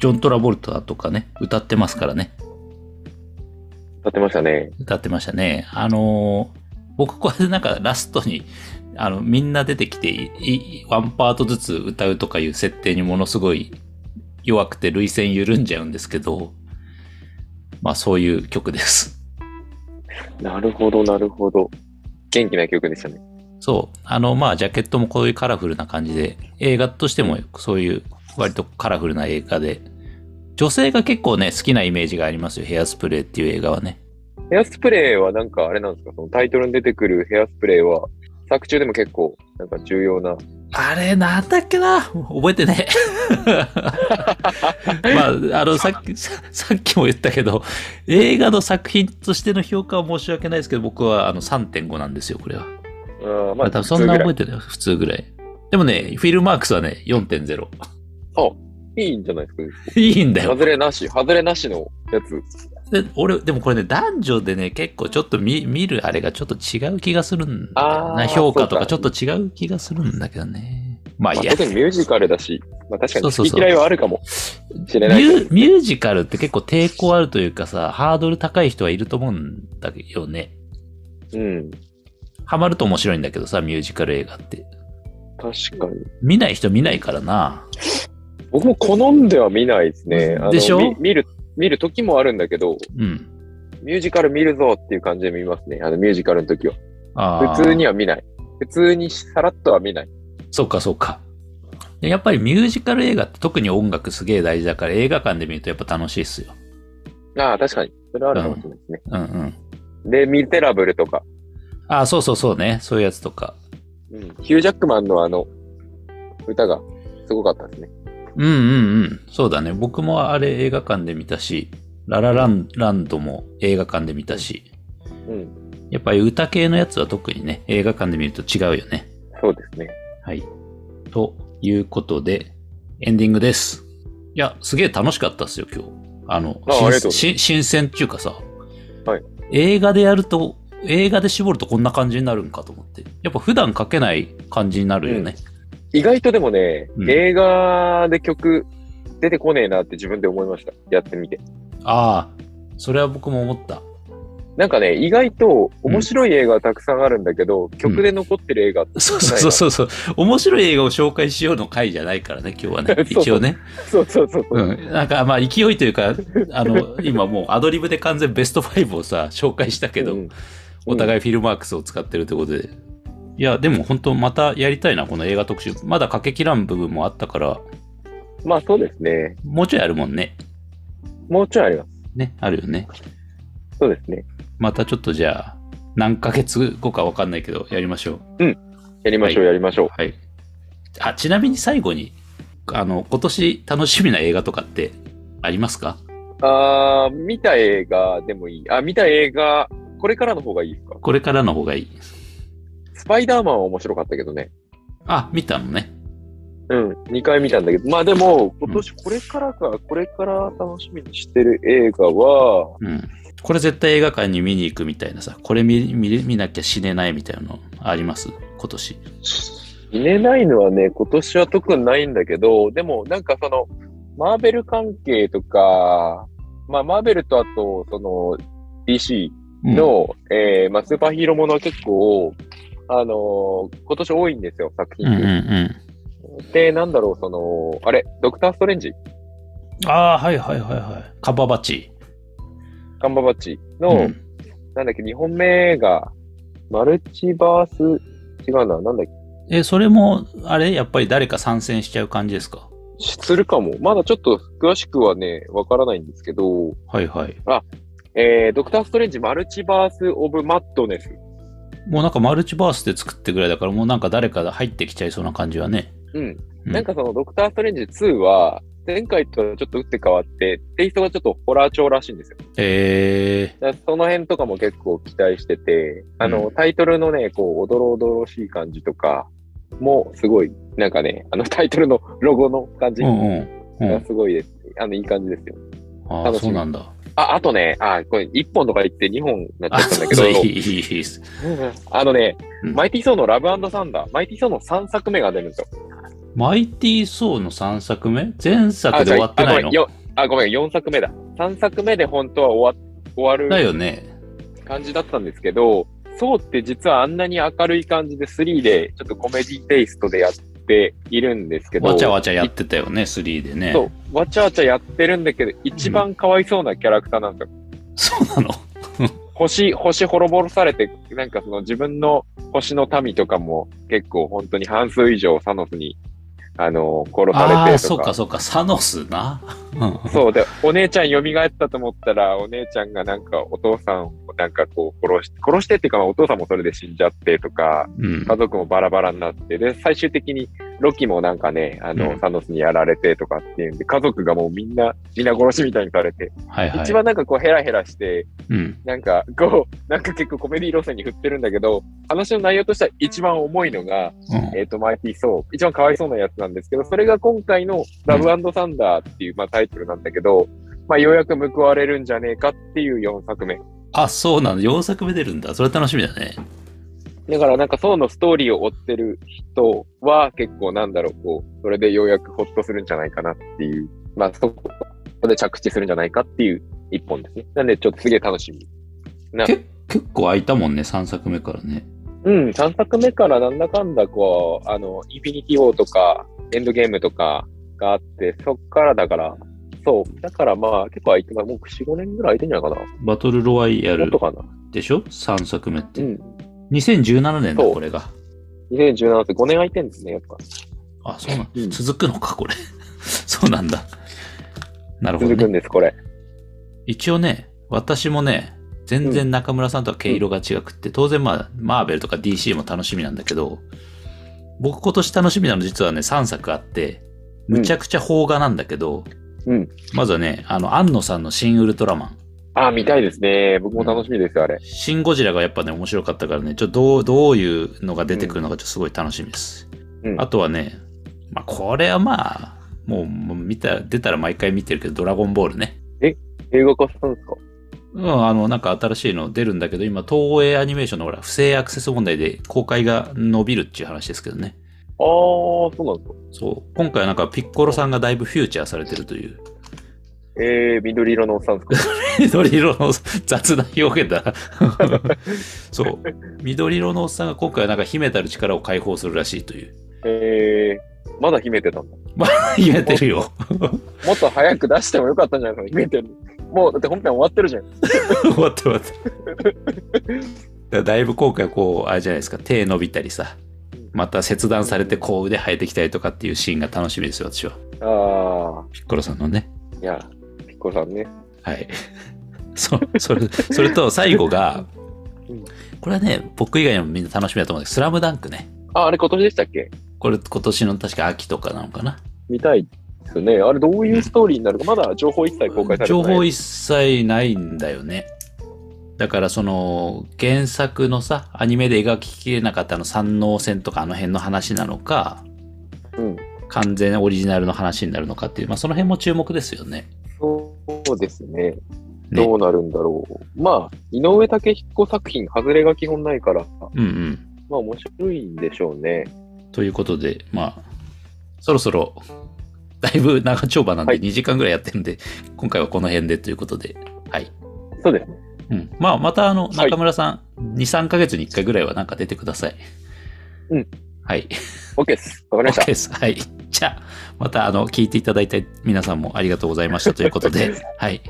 Speaker 1: ジョン・トラボルタとかね、歌ってますからね。
Speaker 2: 歌ってましたね。
Speaker 1: 歌ってましたね。あのー僕これでなんかラストに、あの、みんな出てきて、いいワンパートずつ歌うとかいう設定にものすごい弱くて涙腺緩んじゃうんですけど、まあそういう曲です。
Speaker 2: なるほど、なるほど。元気な曲でしたね。
Speaker 1: そう。あの、まあジャケットもこういうカラフルな感じで、映画としてもそういう割とカラフルな映画で、女性が結構ね、好きなイメージがありますよ。ヘアスプレーっていう映画はね。
Speaker 2: ヘアスプレーはなんかあれなんですかそのタイトルに出てくるヘアスプレーは作中でも結構なんか重要な。
Speaker 1: あれ、なんだっけな覚えて ねえ。まあ、あの、さっき、ささっきも言ったけど、映画の作品としての評価は申し訳ないですけど、僕はあの3.5なんですよ、これは。
Speaker 2: あー
Speaker 1: まあ、多分そんな覚え
Speaker 2: 普通
Speaker 1: てない普通ぐらい。でもね、フィルマークスはね、4.0。
Speaker 2: ぐらいいいんじゃないです か
Speaker 1: いいんだよ。
Speaker 2: 外れなし、外れなしのやつ。
Speaker 1: で俺、でもこれね、男女でね、結構ちょっと見見るあれがちょっと違う気がするんだよな。
Speaker 2: あー
Speaker 1: 評価とか
Speaker 2: そうか
Speaker 1: ちょっと違う気がするんだけどね。まあ、い
Speaker 2: ま
Speaker 1: い
Speaker 2: あ、
Speaker 1: や。
Speaker 2: 特にミュージカルだし、まあ確か
Speaker 1: そう
Speaker 2: に
Speaker 1: そう
Speaker 2: 好
Speaker 1: そう
Speaker 2: き嫌いはあるかもしれ
Speaker 1: ミ
Speaker 2: ないけど。
Speaker 1: ュミュージカルって結構抵抗あるというかさ、ハードル高い人はいると思うんだよね。
Speaker 2: うん。
Speaker 1: ハマると面白いんだけどさ、ミュージカル映画って。
Speaker 2: 確かに。
Speaker 1: 見ない人見ないからな。
Speaker 2: 僕も好んでは見ないですね。あの
Speaker 1: でしょ
Speaker 2: み見る、見る時もあるんだけど、
Speaker 1: うん。
Speaker 2: ミュージカル見るぞっていう感じで見ますね。あのミュージカルの時は。
Speaker 1: あー
Speaker 2: 普通には見ない。普通にさらっとは見ない。
Speaker 1: そうか、そうか。でやっぱりミュージカル映画って特に音楽すげえ大事だから映画館で見るとやっぱ楽しいっすよ。
Speaker 2: ああ、確かに。それはあるかもしれないですね。
Speaker 1: うんうん。
Speaker 2: で、ミテラブルとか、
Speaker 1: ああ、そうそうそうね。そういうやつとか。
Speaker 2: うんヒュージャックマンのあの、歌がすごかったですね。
Speaker 1: うんうんうん。そうだね。僕もあれ映画館で見たし、ララランランドも映画館で見たし、
Speaker 2: うん。
Speaker 1: やっぱり歌系のやつは特にね、映画館で見ると違うよね。
Speaker 2: そうですね。
Speaker 1: はい。ということで、エンディングです。いや、すげえ楽しかったっすよ、今日。あの、
Speaker 2: あありがとうございます
Speaker 1: 新新鮮っていうかさ、
Speaker 2: はい
Speaker 1: 映画でやると、映画で絞るとこんな感じになるんかと思って。やっぱ普段書けない感じになるよね。
Speaker 2: 意外とでもね、
Speaker 1: うん
Speaker 2: 映画で曲出てこねえなって自分で思いました。やってみて。
Speaker 1: ああ、それは僕も思った。
Speaker 2: なんかね、意外と面白い映画はたくさんあるんだけど、曲で残ってる映画って、
Speaker 1: そうそうそうそう。面白い映画を紹介しようの回じゃないからね、今日はね
Speaker 2: 。そうそう
Speaker 1: 一応ね。
Speaker 2: そうそうそうそう。
Speaker 1: うん、なんかまあ勢いというか、あの、今もうアドリブで完全ベスト5をさ、紹介したけど、
Speaker 2: うん
Speaker 1: お互いフィルマークスを使ってるということで。いや、でも本当またやりたいな、この映画特集。まだかけきらん部分もあったから、
Speaker 2: まあそうですね。
Speaker 1: もうちょいあるもんね。
Speaker 2: もうちょいあります。
Speaker 1: ね、あるよね。
Speaker 2: そうですね。
Speaker 1: またちょっとじゃあ、何ヶ月後かわかんないけど、やりましょう。
Speaker 2: やりましょう、
Speaker 1: は
Speaker 2: やりましょう。
Speaker 1: はい。あ、ちなみに最後に、あの、今年楽しみな映画とかってありますか
Speaker 2: あー見た映画でもいい。あ、見た映画、これからの方がいいですか
Speaker 1: これからの方がいい。
Speaker 2: スパイダーマンは面白かったけどね。
Speaker 1: あ、見たのね。
Speaker 2: うん、2回見たんだけど、まあでも、今年これからか、これから楽しみにしてる映画は、
Speaker 1: うん。これ絶対映画館に見に行くみたいなさ、これ見見れ見なきゃ死ねないみたいなのあります今年。
Speaker 2: 見れないのはね、今年は特にないんだけど、でもなんかその、マーベル関係とか、まあマーベルとあと、その、DC
Speaker 1: うん、
Speaker 2: の、えーまあスーパーヒーローものは結構、あのー今年多いんですよ、作
Speaker 1: うん
Speaker 2: 品
Speaker 1: うん
Speaker 2: 数。
Speaker 1: う
Speaker 2: で、なんだろう、その、あれ、ドクター・ストレンジ
Speaker 1: ん。ああ、はいはいはいはい。カババッチ。
Speaker 2: カンバーバッチの、
Speaker 1: うん。
Speaker 2: なんだっけ、2本目が、マルチバース、違うな、なんだっけ、
Speaker 1: え、それも、あれやっぱり誰か参戦しちゃう感じですか
Speaker 2: するかも。まだちょっと詳しくはね、わからないんですけど、
Speaker 1: はいはい。
Speaker 2: えー、ドクター・ストレンジ、マルチバース・オブ・マッドネス。
Speaker 1: もうなんかマルチバースで作ってぐらいだから、もうなんか誰かが入ってきちゃいそうな感じはね。
Speaker 2: うん。
Speaker 1: うん
Speaker 2: なんかその、ドクター・ストレンジ2は、前回とはちょっと打って変わって、テイストがちょっとホラー調らしいんですよ。
Speaker 1: え
Speaker 2: だからその辺とかも結構期待してて、あの、
Speaker 1: う
Speaker 2: タイトルのね、こう、おどろおどろしい感じとかも、すごい、なんかね、あのタイトルのロゴの感じ
Speaker 1: ー、う
Speaker 2: が
Speaker 1: んうん。うん
Speaker 2: すごいです。あの、いい感じですよ。
Speaker 1: ああ、
Speaker 2: 楽しみ
Speaker 1: そうなんだ。
Speaker 2: あ、あとね、あ、これ1本とか言って2本になっ
Speaker 1: あ、
Speaker 2: ちゃった
Speaker 1: そ
Speaker 2: んだ
Speaker 1: う
Speaker 2: けど
Speaker 1: そう、、いい、いい、いいです。
Speaker 2: あのね、
Speaker 1: うん
Speaker 2: マイティーソーのラブサンダー、マイティーソーの3作目が出るんですよ。
Speaker 1: マイティー・ソーの3作目前作で終わってないの
Speaker 2: ああごめん、4作目だ。3作目で本当は終わ終わ
Speaker 1: だ
Speaker 2: る
Speaker 1: よね。
Speaker 2: 感じだったんですけど、ソーって実はあんなに明るい感じで3で、ちょっとコメディテイストでやっているんですけど、
Speaker 1: わちゃわちゃやってたよね、3でね。
Speaker 2: そう、わちゃわちゃやってるんだけど、一番かわいそうなキャラクターなんですよ。
Speaker 1: そうなの
Speaker 2: 星、星滅ぼされて、なんかその自分の星の民とかも結構本当に半数以上サノスに、あの、殺さ
Speaker 1: あ
Speaker 2: れ
Speaker 1: あー、
Speaker 2: てと
Speaker 1: そう
Speaker 2: か。
Speaker 1: かそうか、サノスな。うん
Speaker 2: そうで、お姉ちゃん蘇ったと思ったら、お姉ちゃんがなんかお父さんをなんかこう殺し、殺してっていうか、まあお父さんもそれで死んじゃってとか、
Speaker 1: うん
Speaker 2: 家族もバラバラになって、で、最終的にロキもなんかね、あの、
Speaker 1: うん
Speaker 2: サノスにやられてとかっていうんで、家族がもうみんな、みんな殺しみたいにされて、
Speaker 1: はいはい。
Speaker 2: 一番なんかこうヘラヘラして、
Speaker 1: うん。
Speaker 2: なんか、こう、なんか結構コメディ路線に振ってるんだけど、話の内容としては一番重いのが、
Speaker 1: うん
Speaker 2: えっ、と、マイティー・ソー、一番かわいそうなやつなんですけど、それが今回のラブサンダーっていう、まあ、タイトルなんだけど、まあ、ようやく報われるんじゃねえかっていう4作目。
Speaker 1: あ、そうなの。4作目出るんだ。それ楽しみだね。
Speaker 2: だからなんか、ソーのストーリーを追ってる人は結構なんだろう、こう、それでようやくホッとするんじゃないかなっていう、まあ、そこで着地するんじゃないかっていう一本ですね。なんで、ちょっとすげえ楽しみ。
Speaker 1: け結構空いたもんね、3作目からね。
Speaker 2: うん、3作目からなんだかんだこう、あの、インフィニティ・ウォーとか、エンドゲームとかがあって、そっからだから、そう、だからまあ、結構空いてます。もう4、5年ぐらい空いてんじゃないか
Speaker 1: バトルロワイヤ
Speaker 2: な。もっ
Speaker 1: ル
Speaker 2: とかな。
Speaker 1: でしょ ?3 作目っ
Speaker 2: う
Speaker 1: て。
Speaker 2: ん。
Speaker 1: 2017年だ、
Speaker 2: そう
Speaker 1: これが。
Speaker 2: 2017って5年空いてんですね、やっぱ。
Speaker 1: あ、そうな
Speaker 2: うん
Speaker 1: の。続くのか、これ。 そうなんだ。なるほど
Speaker 2: 続
Speaker 1: ね
Speaker 2: くん。です、これ。
Speaker 1: 一応ね、私もね、全然中村さんとは毛色が違くって、当然まあ、マーベルとか DC も楽しみなんだけど、僕今年楽しみなの実はね、3作あって、むちゃくちゃ邦画なんだけど、
Speaker 2: うん
Speaker 1: まずはね、あの、安野さんの新ウルトラマン。
Speaker 2: ああ、見たいですね。僕も楽しみですよ、あれ。
Speaker 1: シン・ゴジラがやっぱね、面白かったからね、ちょっとどう、どういうのが出てくるのか、ちょっとすごい楽しみです。
Speaker 2: うん
Speaker 1: あとはね、まあ、これはまあ、もう、もう見た、出たら毎回見てるけど、ドラゴンボールね。
Speaker 2: 映画化するんですか
Speaker 1: うん、あの、なんか新しいの出るんだけど、今、東映アニメーションのほら、不正アクセス問題で公開が伸びるっていう話ですけどね。
Speaker 2: ああ、そうなんですか。
Speaker 1: そう。今回はなんかピッコロさんがだいぶフューチャーされてるという。
Speaker 2: えー、緑色のおっさん ですか
Speaker 1: 緑色の雑な表現だな。そう。緑色のおっさんが今回はなんか秘めたる力を解放するらしいという。
Speaker 2: えー、まだ秘めてたんだ。
Speaker 1: 秘めてるよ。
Speaker 2: もっと早く出してもよかったんじゃないですか、秘めてる。もう、だって本編終わってるじゃん。
Speaker 1: 終わって待って。だからだいぶ今回こう、あれじゃないですか、手伸びたりさ。また切断されてこう腕生えてきたりとかっていうシーンが楽しみですよ、私は。
Speaker 2: ああ。
Speaker 1: ピッコロさんのね。
Speaker 2: いや、ピッコロさんね。
Speaker 1: はい。そそれそれと最後が
Speaker 2: うん、
Speaker 1: これはね、僕以外にもみんな楽しみだと思うんですけど、スラムダンクね。
Speaker 2: あ、あれ今年でしたっけ
Speaker 1: これ今年の確か秋とかなのかな。
Speaker 2: 見たい。ですね。あれ、どういうストーリーになるか、まだ情報一切公開されてな
Speaker 1: 情
Speaker 2: い。
Speaker 1: 報一切ないんだよね。だからその原作のさ、アニメで描ききれなかったあの山王戦とかあの辺の話なのか、
Speaker 2: うん
Speaker 1: 完全オリジナルの話になるのかっていう、まあその辺も注目ですよね。
Speaker 2: そうですね。
Speaker 1: ね
Speaker 2: どうなるんだろう。まあ、井上武彦作品、外れが基本ないから、
Speaker 1: うんうん。
Speaker 2: まあ面白いんでしょうね。
Speaker 1: ということで、まあ、そろそろ、だいぶ長丁場なん
Speaker 2: は
Speaker 1: で
Speaker 2: い
Speaker 1: 2時間ぐらいやってるんで、今回はこの辺でということで、はい。
Speaker 2: そうですね。
Speaker 1: うん。まあまたあの、
Speaker 2: い
Speaker 1: 中村さん、2、3ヶ月に1回ぐらいはなんか出てください。
Speaker 2: うん。
Speaker 1: はい。
Speaker 2: OK です。わかりまし
Speaker 1: OK
Speaker 2: た。
Speaker 1: です。はい。じゃあ、またあの、聞いていただいた皆さんもありがとうございましたということで、 はい。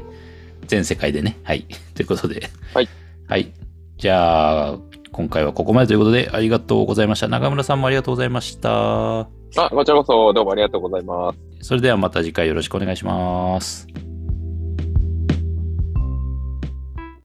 Speaker 1: 全世界でね、はい。ということで、
Speaker 2: はい。
Speaker 1: はい。じゃあ、今回はここまでということで、ありがとうございました。中村さんもありがとうございました。
Speaker 2: あ、こちらこそどうもありがとうございます。
Speaker 1: それではまた次回よろしくお願いします。